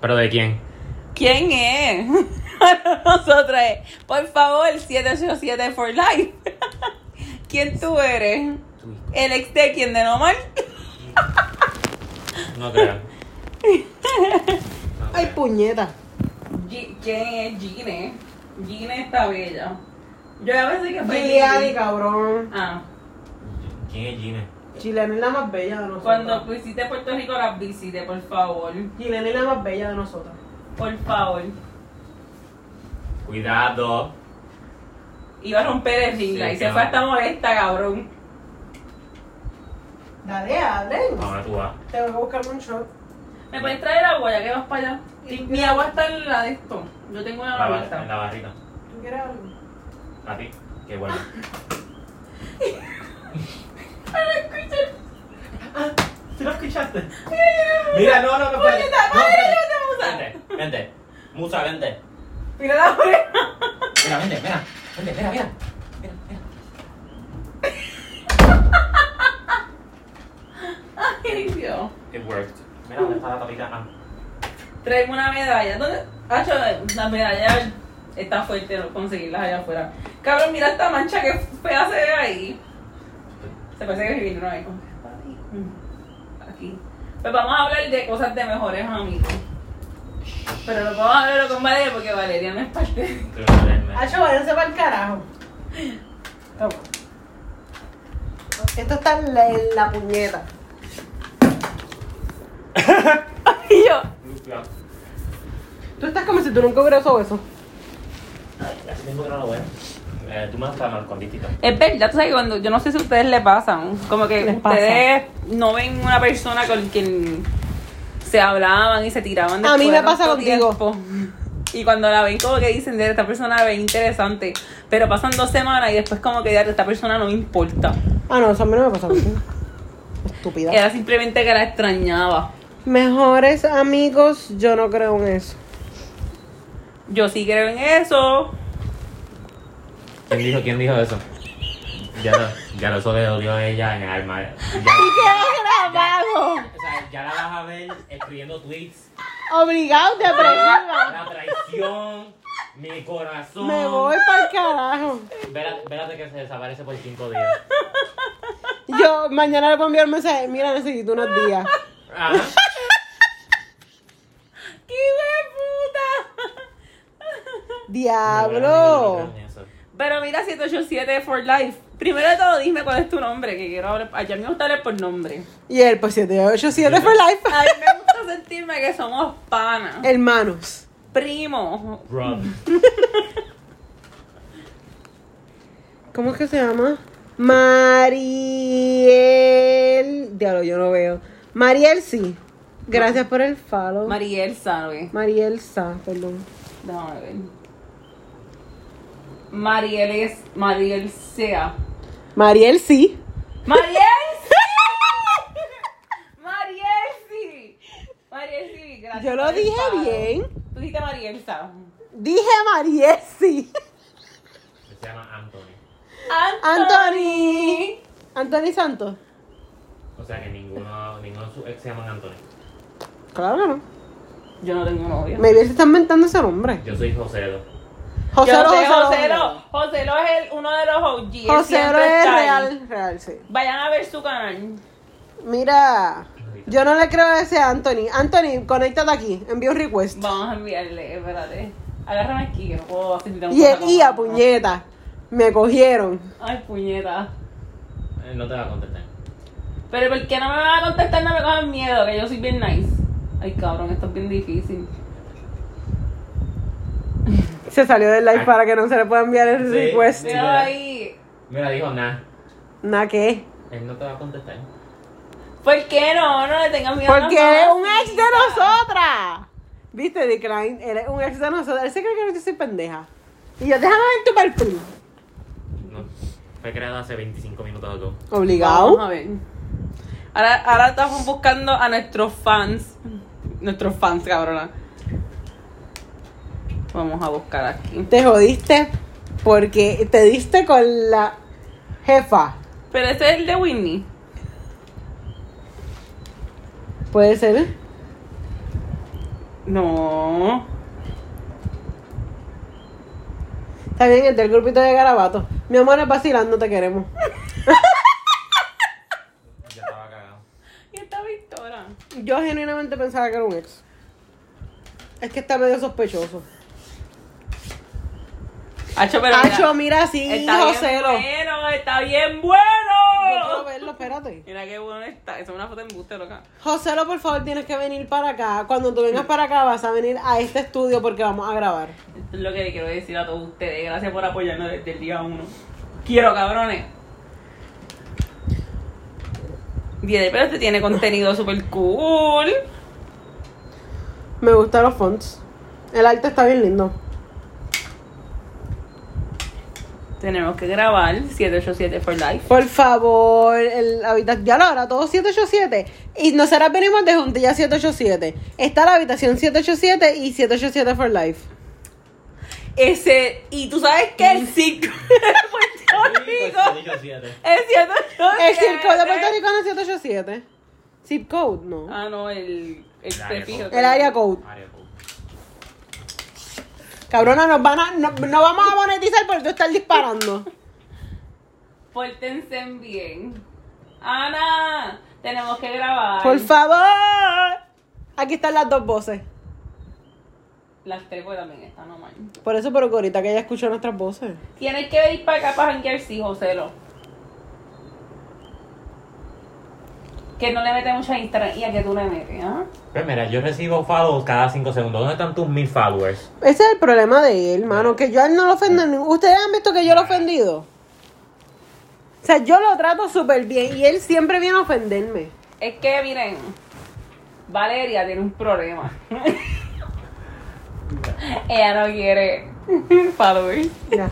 Speaker 3: ¿Pero de quién?
Speaker 2: [LAUGHS] ¿Quién es? [LAUGHS] Nosotras. es, Por favor, 787 for life. [LAUGHS] ¿Quién tú eres? ¿El ex de quién de Nomar?
Speaker 3: No creo. [LAUGHS] No
Speaker 1: Ay,
Speaker 3: creo.
Speaker 1: puñeta.
Speaker 2: Gi- ¿Quién es Gine? Gine está bella. Yo ya pensé que fue
Speaker 1: Gileani,
Speaker 2: Gigi.
Speaker 1: cabrón.
Speaker 2: Ah,
Speaker 3: ¿Quién es Gina?
Speaker 1: Gileani es la más bella de nosotros.
Speaker 2: cuando visite Puerto Rico las visite, por favor.
Speaker 1: Gileani es la más bella de nosotros.
Speaker 2: Por favor.
Speaker 3: Cuidado.
Speaker 2: Iba a romper el ring
Speaker 3: Sí,
Speaker 2: light, se
Speaker 3: claro.
Speaker 2: fue hasta molesta, cabrón.
Speaker 1: Dale, hablen.
Speaker 3: Ahora tú vas.
Speaker 1: Te voy a buscar un shot.
Speaker 2: ¿Me puedes traer agua ya que vas para allá? Y Mi agua está en la de esto. Yo tengo una
Speaker 3: La, bar-
Speaker 2: barrita.
Speaker 3: Ah, la barrita.
Speaker 1: ¿Tú quieres algo?
Speaker 3: A ti. Qué bueno. ¿Tú lo escuchaste? Mira, no, no, no. espérate.
Speaker 2: Puñeta,
Speaker 3: No,
Speaker 2: madre,
Speaker 3: espérate.
Speaker 2: yo
Speaker 3: Vente, vente. Musa, vente.
Speaker 2: Mira la [LAUGHS] oreja.
Speaker 3: Mira, vente, mira. Vente, mira, mira. Mira, mira.
Speaker 2: Ay, Dios.
Speaker 3: It worked. Mira, ¿dónde está la tapita? Ah.
Speaker 2: Traigo una medalla. ¿Dónde? Ah, yo- la medalla está fuerte no conseguirlas allá afuera. Cabrón, mira esta mancha que fea se ve ahí. Se parece que escribir una vez. Aquí. Pues vamos a hablar de cosas de mejores amigos. Pero no podemos hablarlo con Valeria porque Valeria no es parte.
Speaker 1: Hacho, váyanse para el carajo. Toma. Esto está en la, en la puñeta.
Speaker 2: Y yo.
Speaker 1: Tú estás como si tú nunca hubieras usado eso.
Speaker 3: Así tengo que no lo veo. Eh, tú me has estado conditito.
Speaker 2: Es verdad, tú sabes que cuando, yo no sé si a ustedes les pasan, como que
Speaker 1: Les pasa.
Speaker 2: ustedes no ven una persona con quien se hablaban y se tiraban
Speaker 1: A mí me
Speaker 2: después de
Speaker 1: pasa
Speaker 2: tanto
Speaker 1: contigo.
Speaker 2: tiempo. Y cuando la ven como que dicen, "Diablo, esta persona ve interesante, pero pasan dos semanas y después como que "Diablo, esta persona no me importa.
Speaker 1: Ah, no, eso a mí no me pasa. contigo. Estúpida.
Speaker 2: Era simplemente que la extrañaba.
Speaker 1: Mejores amigos, yo no creo en eso.
Speaker 2: Yo sí creo en eso.
Speaker 3: ¿Quién dijo, quién dijo eso? Ya no, ya no, eso le dolió a ella en el alma. Ya, o sea, ya la vas a ver escribiendo tweets.
Speaker 1: Obligado de aprenderla.
Speaker 3: La traición, mi corazón.
Speaker 1: Me voy para el carajo.
Speaker 3: Vérate, vérate que se desaparece por cinco días.
Speaker 1: Yo mañana le voy a enviar un mensaje. Mira, necesito unos días.
Speaker 3: Ah,
Speaker 2: ¡Qué hijo de puta!
Speaker 1: Diablo.
Speaker 2: [LAUGHS] Pero mira, 787 for life. Primero de todo, dime cuál es tu nombre, que quiero hablar. Ay, a mí me gusta hablar por nombre.
Speaker 1: Y él, pues 787 for life.
Speaker 2: A mí me gusta sentirme que somos panas,
Speaker 1: Eh. Hermanos.
Speaker 2: primos.
Speaker 3: Rob.
Speaker 1: ¿Cómo es que se llama? Mariel. Diablo, yo no veo. Mariel sí. Gracias por el follow.
Speaker 2: Mariel sabe.
Speaker 1: Mariel Sa, perdón.
Speaker 2: Déjame ver. Mariel es. Mariel sea.
Speaker 1: Mariel sí.
Speaker 2: ¡Mariel sí! ¡Mariel sí! Mariel sí, gracias.
Speaker 1: Yo lo
Speaker 2: por el
Speaker 1: dije
Speaker 2: paro.
Speaker 1: bien.
Speaker 2: Tú dijiste Mariel sa.
Speaker 1: Dije Mariel sí.
Speaker 3: Se llama Anthony.
Speaker 1: Anthony. Anthony Santos.
Speaker 3: O sea que ninguno, ninguno de sus ex se llaman Anthony.
Speaker 1: Claro que no.
Speaker 2: Yo no tengo novia.
Speaker 1: Maybe él se está inventando ese nombre.
Speaker 3: Yo soy Josedo.
Speaker 1: José
Speaker 2: Yo
Speaker 1: Oro,
Speaker 2: sé, José
Speaker 1: Oro.
Speaker 2: Lo- José Lo es el- uno de los OG. él
Speaker 1: José
Speaker 2: siempre
Speaker 1: Oro es
Speaker 2: está ahí.
Speaker 1: real, real, sí.
Speaker 2: Vayan a ver su canal.
Speaker 1: Mira, yo no le creo a ese Anthony. Anthony, conéctate aquí, envía un request.
Speaker 2: Vamos a enviarle, espérate. Agárrame aquí, que no puedo hacer ni
Speaker 1: Y
Speaker 2: tampoco
Speaker 1: el IA,
Speaker 2: como-
Speaker 1: puñeta, me cogieron.
Speaker 2: Ay, puñeta.
Speaker 3: Eh, no te va a contestar.
Speaker 2: Pero ¿por qué no me van a contestar? No me cojan miedo, que yo soy bien nice. Ay, cabrón, esto es bien difícil.
Speaker 1: Se salió del live para que no se le pueda enviar el
Speaker 3: Sí.
Speaker 1: request.
Speaker 3: Sí.
Speaker 2: Míralo ahí.
Speaker 3: Mira, dijo nada.
Speaker 1: ¿Na qué?
Speaker 3: Él no te va a contestar.
Speaker 2: ¿Por qué no? No le tengas miedo. a
Speaker 1: Porque
Speaker 2: las
Speaker 1: eres
Speaker 2: mamás,
Speaker 1: un ex de
Speaker 2: chica.
Speaker 1: nosotras. Viste, Decline, eres un ex de nosotras. Él se cree que yo soy pendeja. Y yo, déjame ver tu perfil.
Speaker 3: No. Fue creado hace 25 minutos ago.
Speaker 2: Vamos a
Speaker 1: Obligado.
Speaker 2: ver. Ahora, ahora estamos buscando a nuestros fans. Nuestros fans, cabrona. Vamos a buscar aquí.
Speaker 1: Te jodiste porque te diste con la jefa.
Speaker 2: Pero ese es el de Whitney.
Speaker 1: Puede ser.
Speaker 2: No.
Speaker 1: Está bien, este el del grupito de garabato. Mi amor, es vacilando, te queremos.
Speaker 3: Ya estaba cagado.
Speaker 2: Y esta Victoria.
Speaker 1: Yo genuinamente pensaba que era un ex. Es que está medio sospechoso.
Speaker 2: Hacho, pero. mira,
Speaker 1: Hacho, mira, sí,
Speaker 2: está bien pues.
Speaker 1: Joselo.
Speaker 2: bueno, está bien
Speaker 1: Yo quiero
Speaker 2: bueno.
Speaker 1: verlo, espérate.
Speaker 2: Mira qué bueno está. Esa es una foto en buste, loca.
Speaker 1: Joselo, por favor, tienes que venir para acá. Cuando tú vengas para acá, vas a venir a este estudio porque vamos a grabar.
Speaker 2: Esto es lo que le quiero decir a todos ustedes. Gracias por apoyarnos desde el día uno. Quiero, cabrones. Bien, pero este tiene contenido super cool.
Speaker 1: Me gustan los fonts. El arte está bien lindo.
Speaker 2: Tenemos que grabar 787 for life.
Speaker 1: Por favor, el habitación. Ya lo ahora, todo 787. Y nosotras venimos de Juntilla 787. Está la habitación 787 y 787 for life.
Speaker 2: Ese, y tú sabes que
Speaker 1: Mm.
Speaker 2: el circo [LAUGHS] de
Speaker 3: pues
Speaker 2: Puerto Rico es 787.
Speaker 1: El zip code de Puerto Rico no es 787. Zip code, no.
Speaker 2: Ah, no, el, el prefijo.
Speaker 1: El área code. Cabrona, nos van a, no, no vamos a monetizar por tú estar disparando.
Speaker 2: Pórtense bien. Ana, tenemos que grabar.
Speaker 1: Por favor. Aquí están las dos voces.
Speaker 2: Las tres pues, también están nomás.
Speaker 1: Por eso, pero que ahorita que ella escuchó nuestras voces.
Speaker 2: Tienes que ir para acá para janguear, sí, Joselo. Que no le mete mucha Instagram y a que tú le metes, ¿ah?
Speaker 3: Pues mira, yo recibo follows cada 5 segundos. ¿Dónde están tus mil followers?
Speaker 1: Ese es el problema de él, mano. Que yo a él no lo ofendo. ni- Ustedes han visto que yo lo he ofendido. O sea, yo lo trato súper bien y él siempre viene a ofenderme.
Speaker 2: Es que, miren, Valeria tiene un problema. [LAUGHS] Ella no quiere [LAUGHS] followers.
Speaker 1: Ya.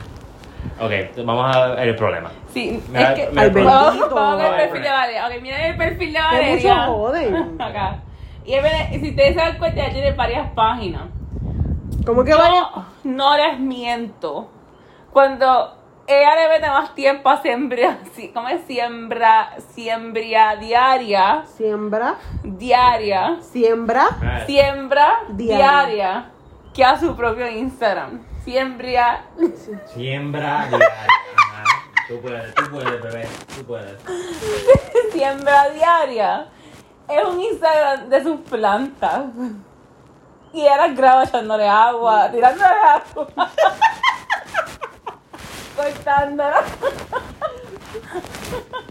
Speaker 3: Ok, vamos a ver el problema.
Speaker 2: Sí,
Speaker 3: Mira,
Speaker 2: es que...
Speaker 3: mira el
Speaker 1: Ay,
Speaker 3: problema.
Speaker 2: Vamos,
Speaker 1: Bendito.
Speaker 2: Oh, vamos con el perfil de Valeria. Ok, miren el perfil de
Speaker 1: Que mucho
Speaker 2: Valeria.
Speaker 1: joden.
Speaker 2: [LAUGHS] Acá. Y es verdad, si ustedes se dan cuenta, ella tiene varias páginas.
Speaker 1: ¿Cómo que
Speaker 2: Yo
Speaker 1: vale?
Speaker 2: no les miento. Cuando ella le mete más tiempo a [LAUGHS] siembra, si- ¿cómo es? Siembra, siembra diaria,
Speaker 1: Siembra,
Speaker 2: diaria,
Speaker 1: siembra.
Speaker 3: Ah,
Speaker 2: siembra
Speaker 1: Diaria.
Speaker 2: diaria, que a su propio Instagram. Siembra.
Speaker 3: Siembra diaria. Ajá. Tú puedes, tú puedes, bebé. Tú puedes.
Speaker 2: Siembra diaria es un Instagram de sus plantas. Y era graba echándole agua, tirándole agua. [LAUGHS] Cortándola.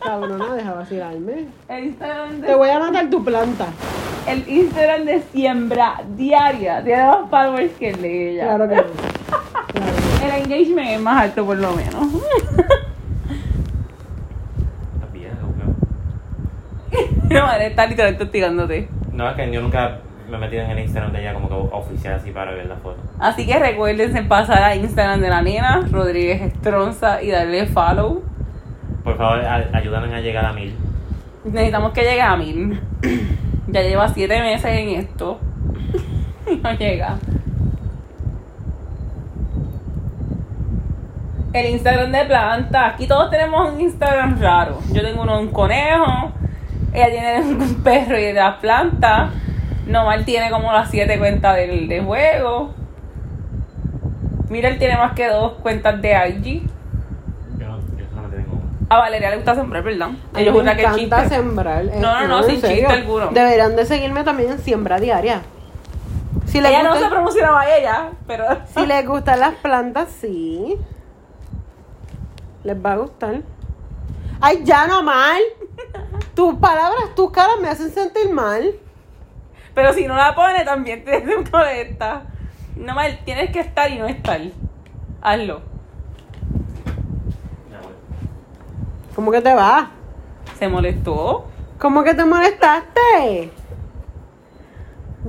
Speaker 1: Cabrona, deja vacilarme.
Speaker 2: El Instagram de
Speaker 1: Te voy a matar tu planta.
Speaker 2: El Instagram de siembra diaria tiene más followers que el de ella.
Speaker 1: Claro que no. Claro.
Speaker 2: El engagement es más alto por lo menos.
Speaker 3: ¿Estás bien? ok.
Speaker 2: Mi madre está literalmente hostigándote.
Speaker 3: No, es que yo nunca me he metido en el Instagram de ella como que oficial así para ver la foto.
Speaker 2: Así que recuérdense pasar a Instagram de la nena, Rodríguez Estronza, y darle follow.
Speaker 3: Por favor, a- ayúdanos a llegar a mil.
Speaker 2: Necesitamos que llegue a mil. [CLEARS THROAT] Ya lleva siete meses en esto. [LAUGHS] No llega. El Instagram de planta. Aquí todos tenemos un Instagram raro. Yo tengo uno de un conejo. Ella tiene un [LAUGHS] perro y de las plantas. Nomar tiene como las siete cuentas del, de juego. Mira, él tiene más que dos cuentas de IG.
Speaker 3: Yo, no- yo solamente tengo una.
Speaker 2: A Valeria le gusta sembrar, ¿verdad?
Speaker 1: A mí
Speaker 2: Ella jura
Speaker 1: me
Speaker 2: que es
Speaker 1: encanta
Speaker 2: chiste.
Speaker 1: sembrar. eh,
Speaker 2: No, no, no,
Speaker 1: en
Speaker 2: sin chiste
Speaker 1: serio.
Speaker 2: alguno.
Speaker 1: Deberán de seguirme también en Siembra Diaria. Si les,
Speaker 2: ella no
Speaker 1: gusta-
Speaker 2: se promocionaba a ella, pero
Speaker 1: si les gustan las plantas, sí. Les va a gustar. Ay, ya no mal. Tus palabras, tus caras me hacen sentir mal.
Speaker 2: pero si no la pone también [LAUGHS] te molesta. No mal, tienes que estar y no estar. Hazlo.
Speaker 3: Ya voy.
Speaker 1: ¿Cómo que te va?
Speaker 2: Se molestó.
Speaker 1: ¿Cómo que te molestaste?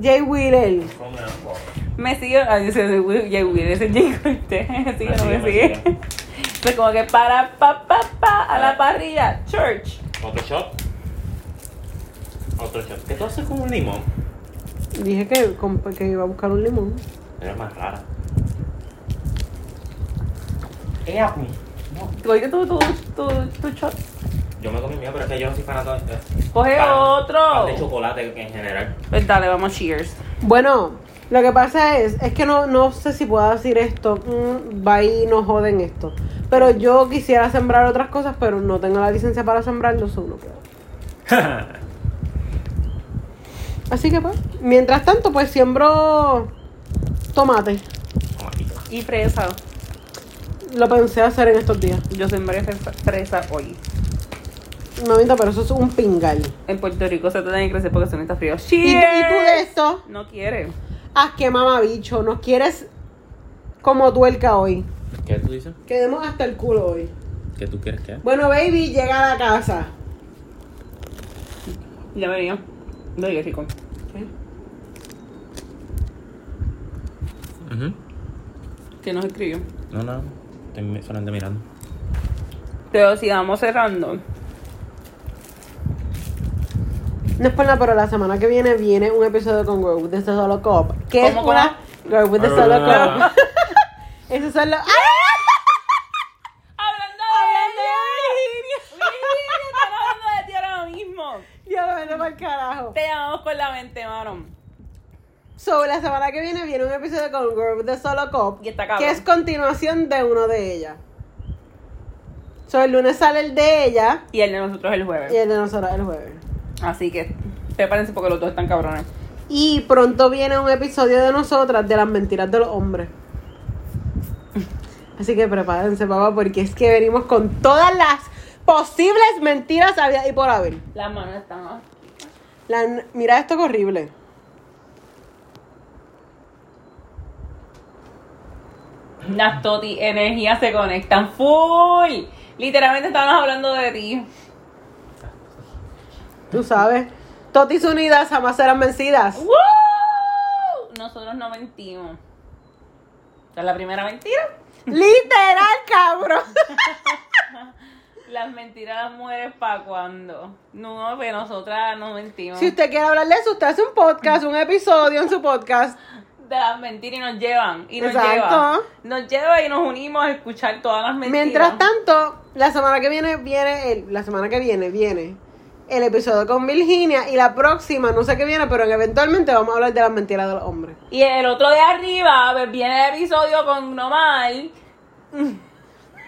Speaker 1: Jay Wheeler.
Speaker 3: Ponme la foto.
Speaker 2: Me sigue. Ay, ese es Will- Jay Will, ese es Jay Cortez. Así que no me sigue. Pues como que para pa pa pa a la parrilla. Church.
Speaker 3: Otro shot. Otro shot. ¿Qué tú haces con un limón?
Speaker 1: Dije que, comp- que iba a buscar un limón.
Speaker 3: Eres más rara. Ea, pues. No.
Speaker 2: Coge tu, tu, tu, tu shot.
Speaker 3: Yo me comí mío, pero es que yo no soy fanático. de-
Speaker 2: Coge
Speaker 3: pan- pan de
Speaker 2: otro.
Speaker 3: chocolate en general.
Speaker 2: Pues dale, vamos, cheers.
Speaker 1: Bueno, lo que pasa es, es que no, no sé si puedo decir esto, mm, va y no joden esto. Pero yo quisiera sembrar otras cosas, pero no tengo la licencia para sembrarlo, solo Así que pues, mientras tanto, pues siembro tomate.
Speaker 3: Tomatito.
Speaker 2: Y fresa.
Speaker 1: Lo pensé hacer en estos días.
Speaker 2: Yo sembré fresa- fresa hoy.
Speaker 1: Mamita, pero eso es un pingal.
Speaker 2: En Puerto Rico se tratan de crecer porque se está frío.
Speaker 1: ¿Y, tú- y tú de esto?
Speaker 2: No quiere.
Speaker 1: Ah, qué mamabicho, nos quieres como tuerca hoy.
Speaker 3: ¿Qué tú dices?
Speaker 1: Quedemos hasta el culo hoy.
Speaker 3: ¿Qué tú quieres que
Speaker 1: Bueno, baby, llega a la casa.
Speaker 2: Ya venía. No qué rico. Que nos escribió.
Speaker 3: No, no. Estoy mi- solamente mirando.
Speaker 2: Pero sigamos cerrando.
Speaker 1: No es por nada, pero la semana que viene viene un episodio con Girl with the Solo Cop. ¿Qué es
Speaker 2: ¿Cómo,
Speaker 1: una Girl with the Solo Cop? [LAUGHS] Esos son los. ¡Ah!
Speaker 2: Hablando de Virginia. estamos hablando de ti ahora mismo.
Speaker 1: Ya lo vendo para el carajo.
Speaker 2: Te llamamos por la mente, mano.
Speaker 1: So, la semana que viene viene un episodio con Girl with the Solo Cop.
Speaker 2: Y está cabrón.
Speaker 1: Que es continuación de uno de ellas. So, el lunes sale el de ella
Speaker 2: Y el de nosotros el
Speaker 1: y
Speaker 2: jueves.
Speaker 1: el de nosotros el jueves.
Speaker 2: Así que prepárense porque los dos están cabrones.
Speaker 1: Y pronto viene un episodio de nosotras de las mentiras de los hombres. Así que prepárense, papá, porque es que venimos con todas las posibles mentiras había y por haber.
Speaker 2: Las manos están más.
Speaker 1: La- mira esto que horrible.
Speaker 2: Las toti energías se conectan full. Literalmente estábamos hablando de ti.
Speaker 1: Tú sabes. Totis unidas jamás serán vencidas.
Speaker 2: ¡Woo! Nosotros no mentimos. Esta es la primera mentira.
Speaker 1: Literal, cabrón.
Speaker 2: Las mentiras las mujeres para cuando. No, que nosotras no mentimos.
Speaker 1: Si usted quiere hablar de eso, usted hace un podcast, un episodio en su podcast.
Speaker 2: De las mentiras y nos llevan. Y nos
Speaker 1: Exacto.
Speaker 2: lleva. Nos lleva y nos unimos a escuchar todas las mentiras.
Speaker 1: Mientras tanto, la semana que viene viene el, la semana que viene viene el episodio con Virginia y la próxima no sé qué viene, pero eventualmente vamos a hablar de las mentiras de los hombres.
Speaker 2: Y el otro de arriba pues, viene el episodio con Nomal.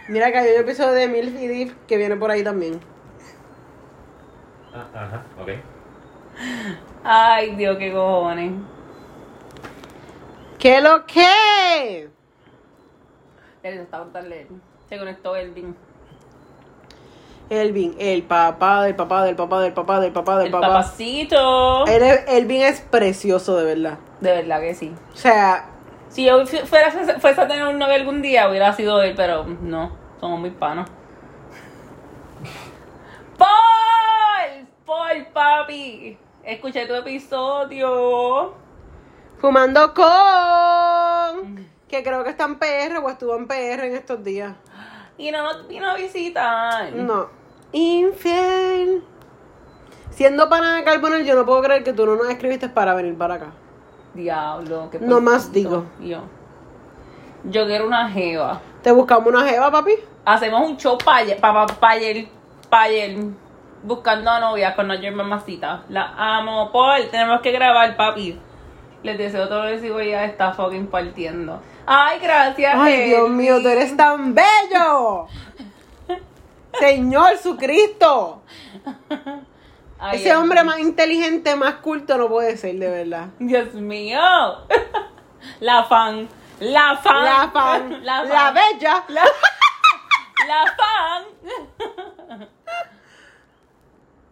Speaker 1: Mira que hay un episodio de Milf y Div que viene por ahí también.
Speaker 3: Ah, ajá, ok.
Speaker 2: Ay, Dios, qué cojones.
Speaker 1: ¿Qué lo que?
Speaker 2: Él está brutal, él. Se conectó Elvin.
Speaker 1: Elvin, el papá del papá del papá del papá del papá Eh. del
Speaker 2: El
Speaker 1: papá.
Speaker 2: papacito.
Speaker 1: Él es- Elvin es precioso de verdad.
Speaker 2: De verdad que sí.
Speaker 1: O sea,
Speaker 2: Si yo fu- fuera fuese a tener un novio algún día, hubiera sido él, pero no, somos muy panos. [LAUGHS] ¡Paul! ¡Paul, papi! Escuché tu episodio.
Speaker 1: fumando con que creo que está en PR o estuvo en PR en estos días.
Speaker 2: Y no nos vino a visitar.
Speaker 1: No. Infiel. Siendo pana de Carbonel, yo no puedo creer que tú no nos escribiste para venir para acá.
Speaker 2: Diablo. qué
Speaker 1: No más
Speaker 2: puntito. Yo. Yo quiero una jeva.
Speaker 1: Te buscamos una jeva, papi.
Speaker 2: Hacemos un show payer, pa, pa- payer, payer, buscando a novia con nuestra mamacita. La amo, Paul, tenemos que grabar, papi. Les deseo todo lo que sigo ya está fucking partiendo. Ay, gracias.
Speaker 1: Ay, Dios
Speaker 2: Elvi.
Speaker 1: mío, tú eres tan
Speaker 2: [LAUGHS]
Speaker 1: bello. Señor Jesucristo.
Speaker 2: Ay,
Speaker 1: Ese
Speaker 2: Elvi.
Speaker 1: hombre más inteligente, más culto no puede ser, de verdad.
Speaker 2: Dios mío. [LAUGHS] La fan. La fan.
Speaker 1: La fan,
Speaker 2: [LAUGHS] La
Speaker 1: la,
Speaker 2: fan.
Speaker 1: bella, la,
Speaker 2: La fan. [LAUGHS]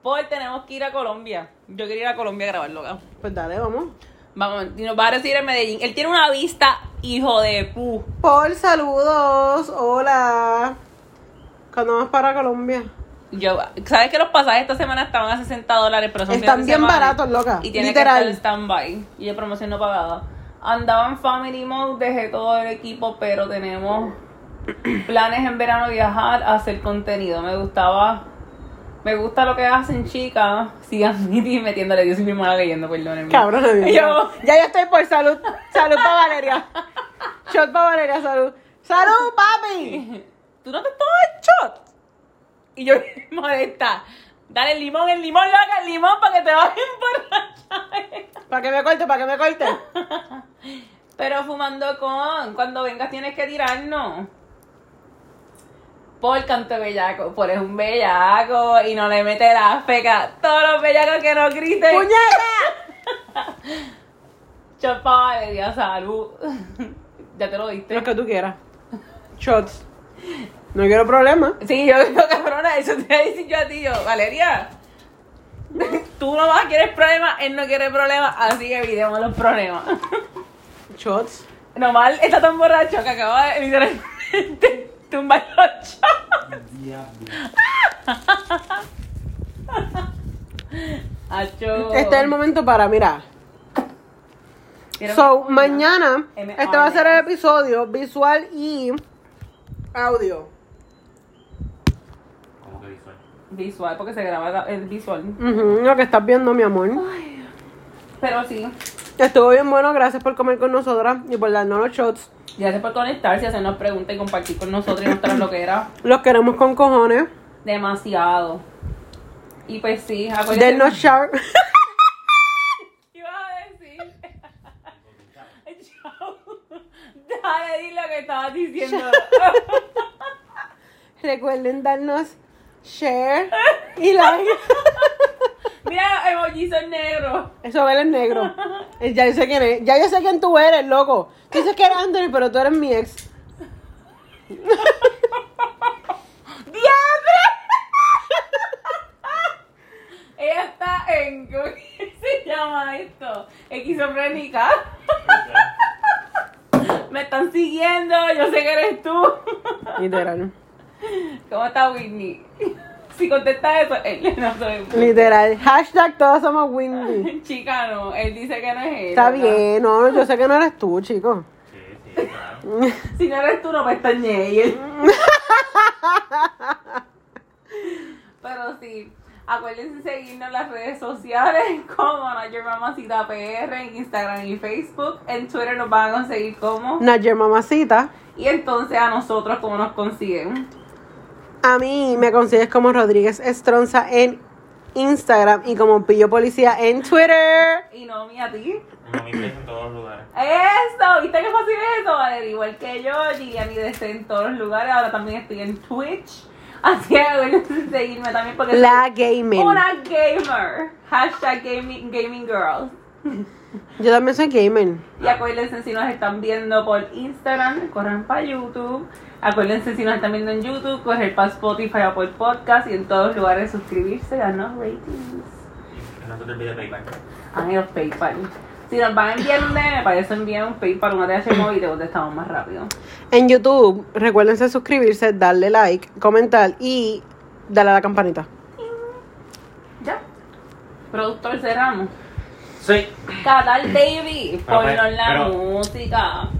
Speaker 2: Paul, tenemos que ir a Colombia. Yo quería ir a Colombia a grabarlo acá.
Speaker 1: Pues dale, vamos.
Speaker 2: Vamos, y nos va a recibir en Medellín. Él tiene una vista, hijo de pu.
Speaker 1: Paul, saludos. Hola. Cuando vamos para Colombia?
Speaker 2: Yo, ¿Sabes que los pasajes esta semana estaban a 60 dólares? Pero son
Speaker 1: Están
Speaker 2: fines de
Speaker 1: bien
Speaker 2: semana?
Speaker 1: baratos, loca.
Speaker 2: Y tiene
Speaker 1: Literal.
Speaker 2: que estar en stand-by. Y de promoción no pagada. Andaba en family mode, dejé todo el equipo, pero tenemos planes en verano viajar a hacer contenido. Me gustaba. Me gusta lo que hacen, chicas. Sigan [LAUGHS] metiéndole. Dios soy mi mala leyendo, perdónenme.
Speaker 1: Cabrón, amigo.
Speaker 2: [LAUGHS] Yo-
Speaker 1: Ya yo estoy por salud. Salud para Valeria. Shot para Valeria, salud. ¡Salud, papi!
Speaker 2: ¿Tú no te tomas el shot? Y yo molesta. Dale el limón, el limón, loca, el limón para que te bajen por
Speaker 1: Para que me corte, para que me [LAUGHS] corte.
Speaker 2: Pero fumando con, cuando vengas tienes que tirarnos. Por canto bellaco, por es un bellaco y no le mete la feca. Todos los bellacos que no griten.
Speaker 1: ¡Puñeta!
Speaker 2: Chapa, de día salud. [LAUGHS] ya te lo diste.
Speaker 1: Lo que tú quieras. Shots. No quiero problemas.
Speaker 2: Sí, yo digo, [LAUGHS] cabrona, eso te voy a decir yo a ti, yo, Valeria. [LAUGHS] Tú nomás quieres problemas, él no quiere problemas, así que evitemos los problemas. [LAUGHS]
Speaker 1: Shots.
Speaker 2: Nomás está tan borracho que acaba de literalmente [LAUGHS] tumbar los shots. [LAUGHS] Acho.
Speaker 1: Este es el momento para, mira.
Speaker 2: Mira,
Speaker 1: So,
Speaker 2: mira.
Speaker 1: mañana,
Speaker 2: M-
Speaker 1: este va a ser el episodio visual y audio.
Speaker 3: Como que visual.
Speaker 2: Visual, porque se graba la- el visual.
Speaker 1: Ujú, lo que estás viendo, mi amor.
Speaker 2: Pero sí,
Speaker 1: Estuvo bien bueno, gracias por comer con nosotras y por darnos los shots.
Speaker 2: gracias por conectarse, hacernos preguntas y compartir con nosotros y mostrar lo que era.
Speaker 1: Los queremos con cojones.
Speaker 2: Demasiado. Y pues sí, acuérdense.
Speaker 1: Denos
Speaker 2: [LAUGHS]
Speaker 1: shower.
Speaker 2: ¿Qué ibas a decir? [LAUGHS]
Speaker 1: [LAUGHS]
Speaker 2: Chao. Dale, di lo que estabas diciendo.
Speaker 1: Recuerden darnos share y like.
Speaker 2: Mira, emojis son negros.
Speaker 1: Eso él es negro. Eh, Ya yo sé quién es. Ya yo sé quién tú eres, loco. Tú dices que eres Anthony, pero tú eres mi ex.
Speaker 2: Ella está en. ¿Cómo que se llama esto? Esquizofrénica. Me están siguiendo, yo sé que eres tú. [LAUGHS]
Speaker 1: Literal.
Speaker 2: ¿Cómo está Whitney? Si contesta eso, él no soy.
Speaker 1: Literal. Hashtag todos somos Windy.
Speaker 2: Chica, no, él dice que no es él.
Speaker 1: Está
Speaker 2: ¿verdad?
Speaker 1: bien, no, yo sé que no eres tú, chico.
Speaker 3: Sí, sí, claro.
Speaker 2: Si no eres tú, no pestañees. Pero sí, acuérdense seguirnos en las redes sociales [LAUGHS] como Nayer Mamacita PR en Instagram y Facebook. En Twitter nos van a conseguir como.
Speaker 1: Nayer Mamacita.
Speaker 2: Y entonces a nosotros, ¿cómo nos consiguen?
Speaker 1: A mí me consigues como Rodríguez Estronza en Instagram y como Pillo Policía en Twitter.
Speaker 2: Y no, mi a ti.
Speaker 3: No me inglés en todos los lugares.
Speaker 2: Eso, ¿viste qué fácil es eso, Valeria? Igual que yo, Gillian y desde en todos los lugares. Ahora también estoy en Twitch. Así que acuérdense de seguirme también porque
Speaker 1: La
Speaker 2: soy
Speaker 1: Gamer.
Speaker 2: una gamer. Hashtag gaming, gaming girls.
Speaker 1: Yo también soy gamer.
Speaker 3: Ah.
Speaker 2: Y acuérdense si nos están viendo por Instagram, corran para YouTube. Acuérdense si nos están viendo en YouTube, correr para Spotify o por podcast y en todos los lugares suscribirse, darnos ratings.
Speaker 3: Que No se te olvide PayPal.
Speaker 2: Ah, y los PayPal. Si nos van a enviar un DM, para eso envían un PayPal, una THMO y te contestamos más rápido.
Speaker 1: En YouTube, recuérdense suscribirse, darle like, comentar y darle a la campanita.
Speaker 2: Ya. Productor cerramos.
Speaker 3: Sí.
Speaker 2: Catal Baby,
Speaker 3: Ah,
Speaker 2: ponnos
Speaker 3: pues,
Speaker 2: la
Speaker 3: pero-
Speaker 2: música.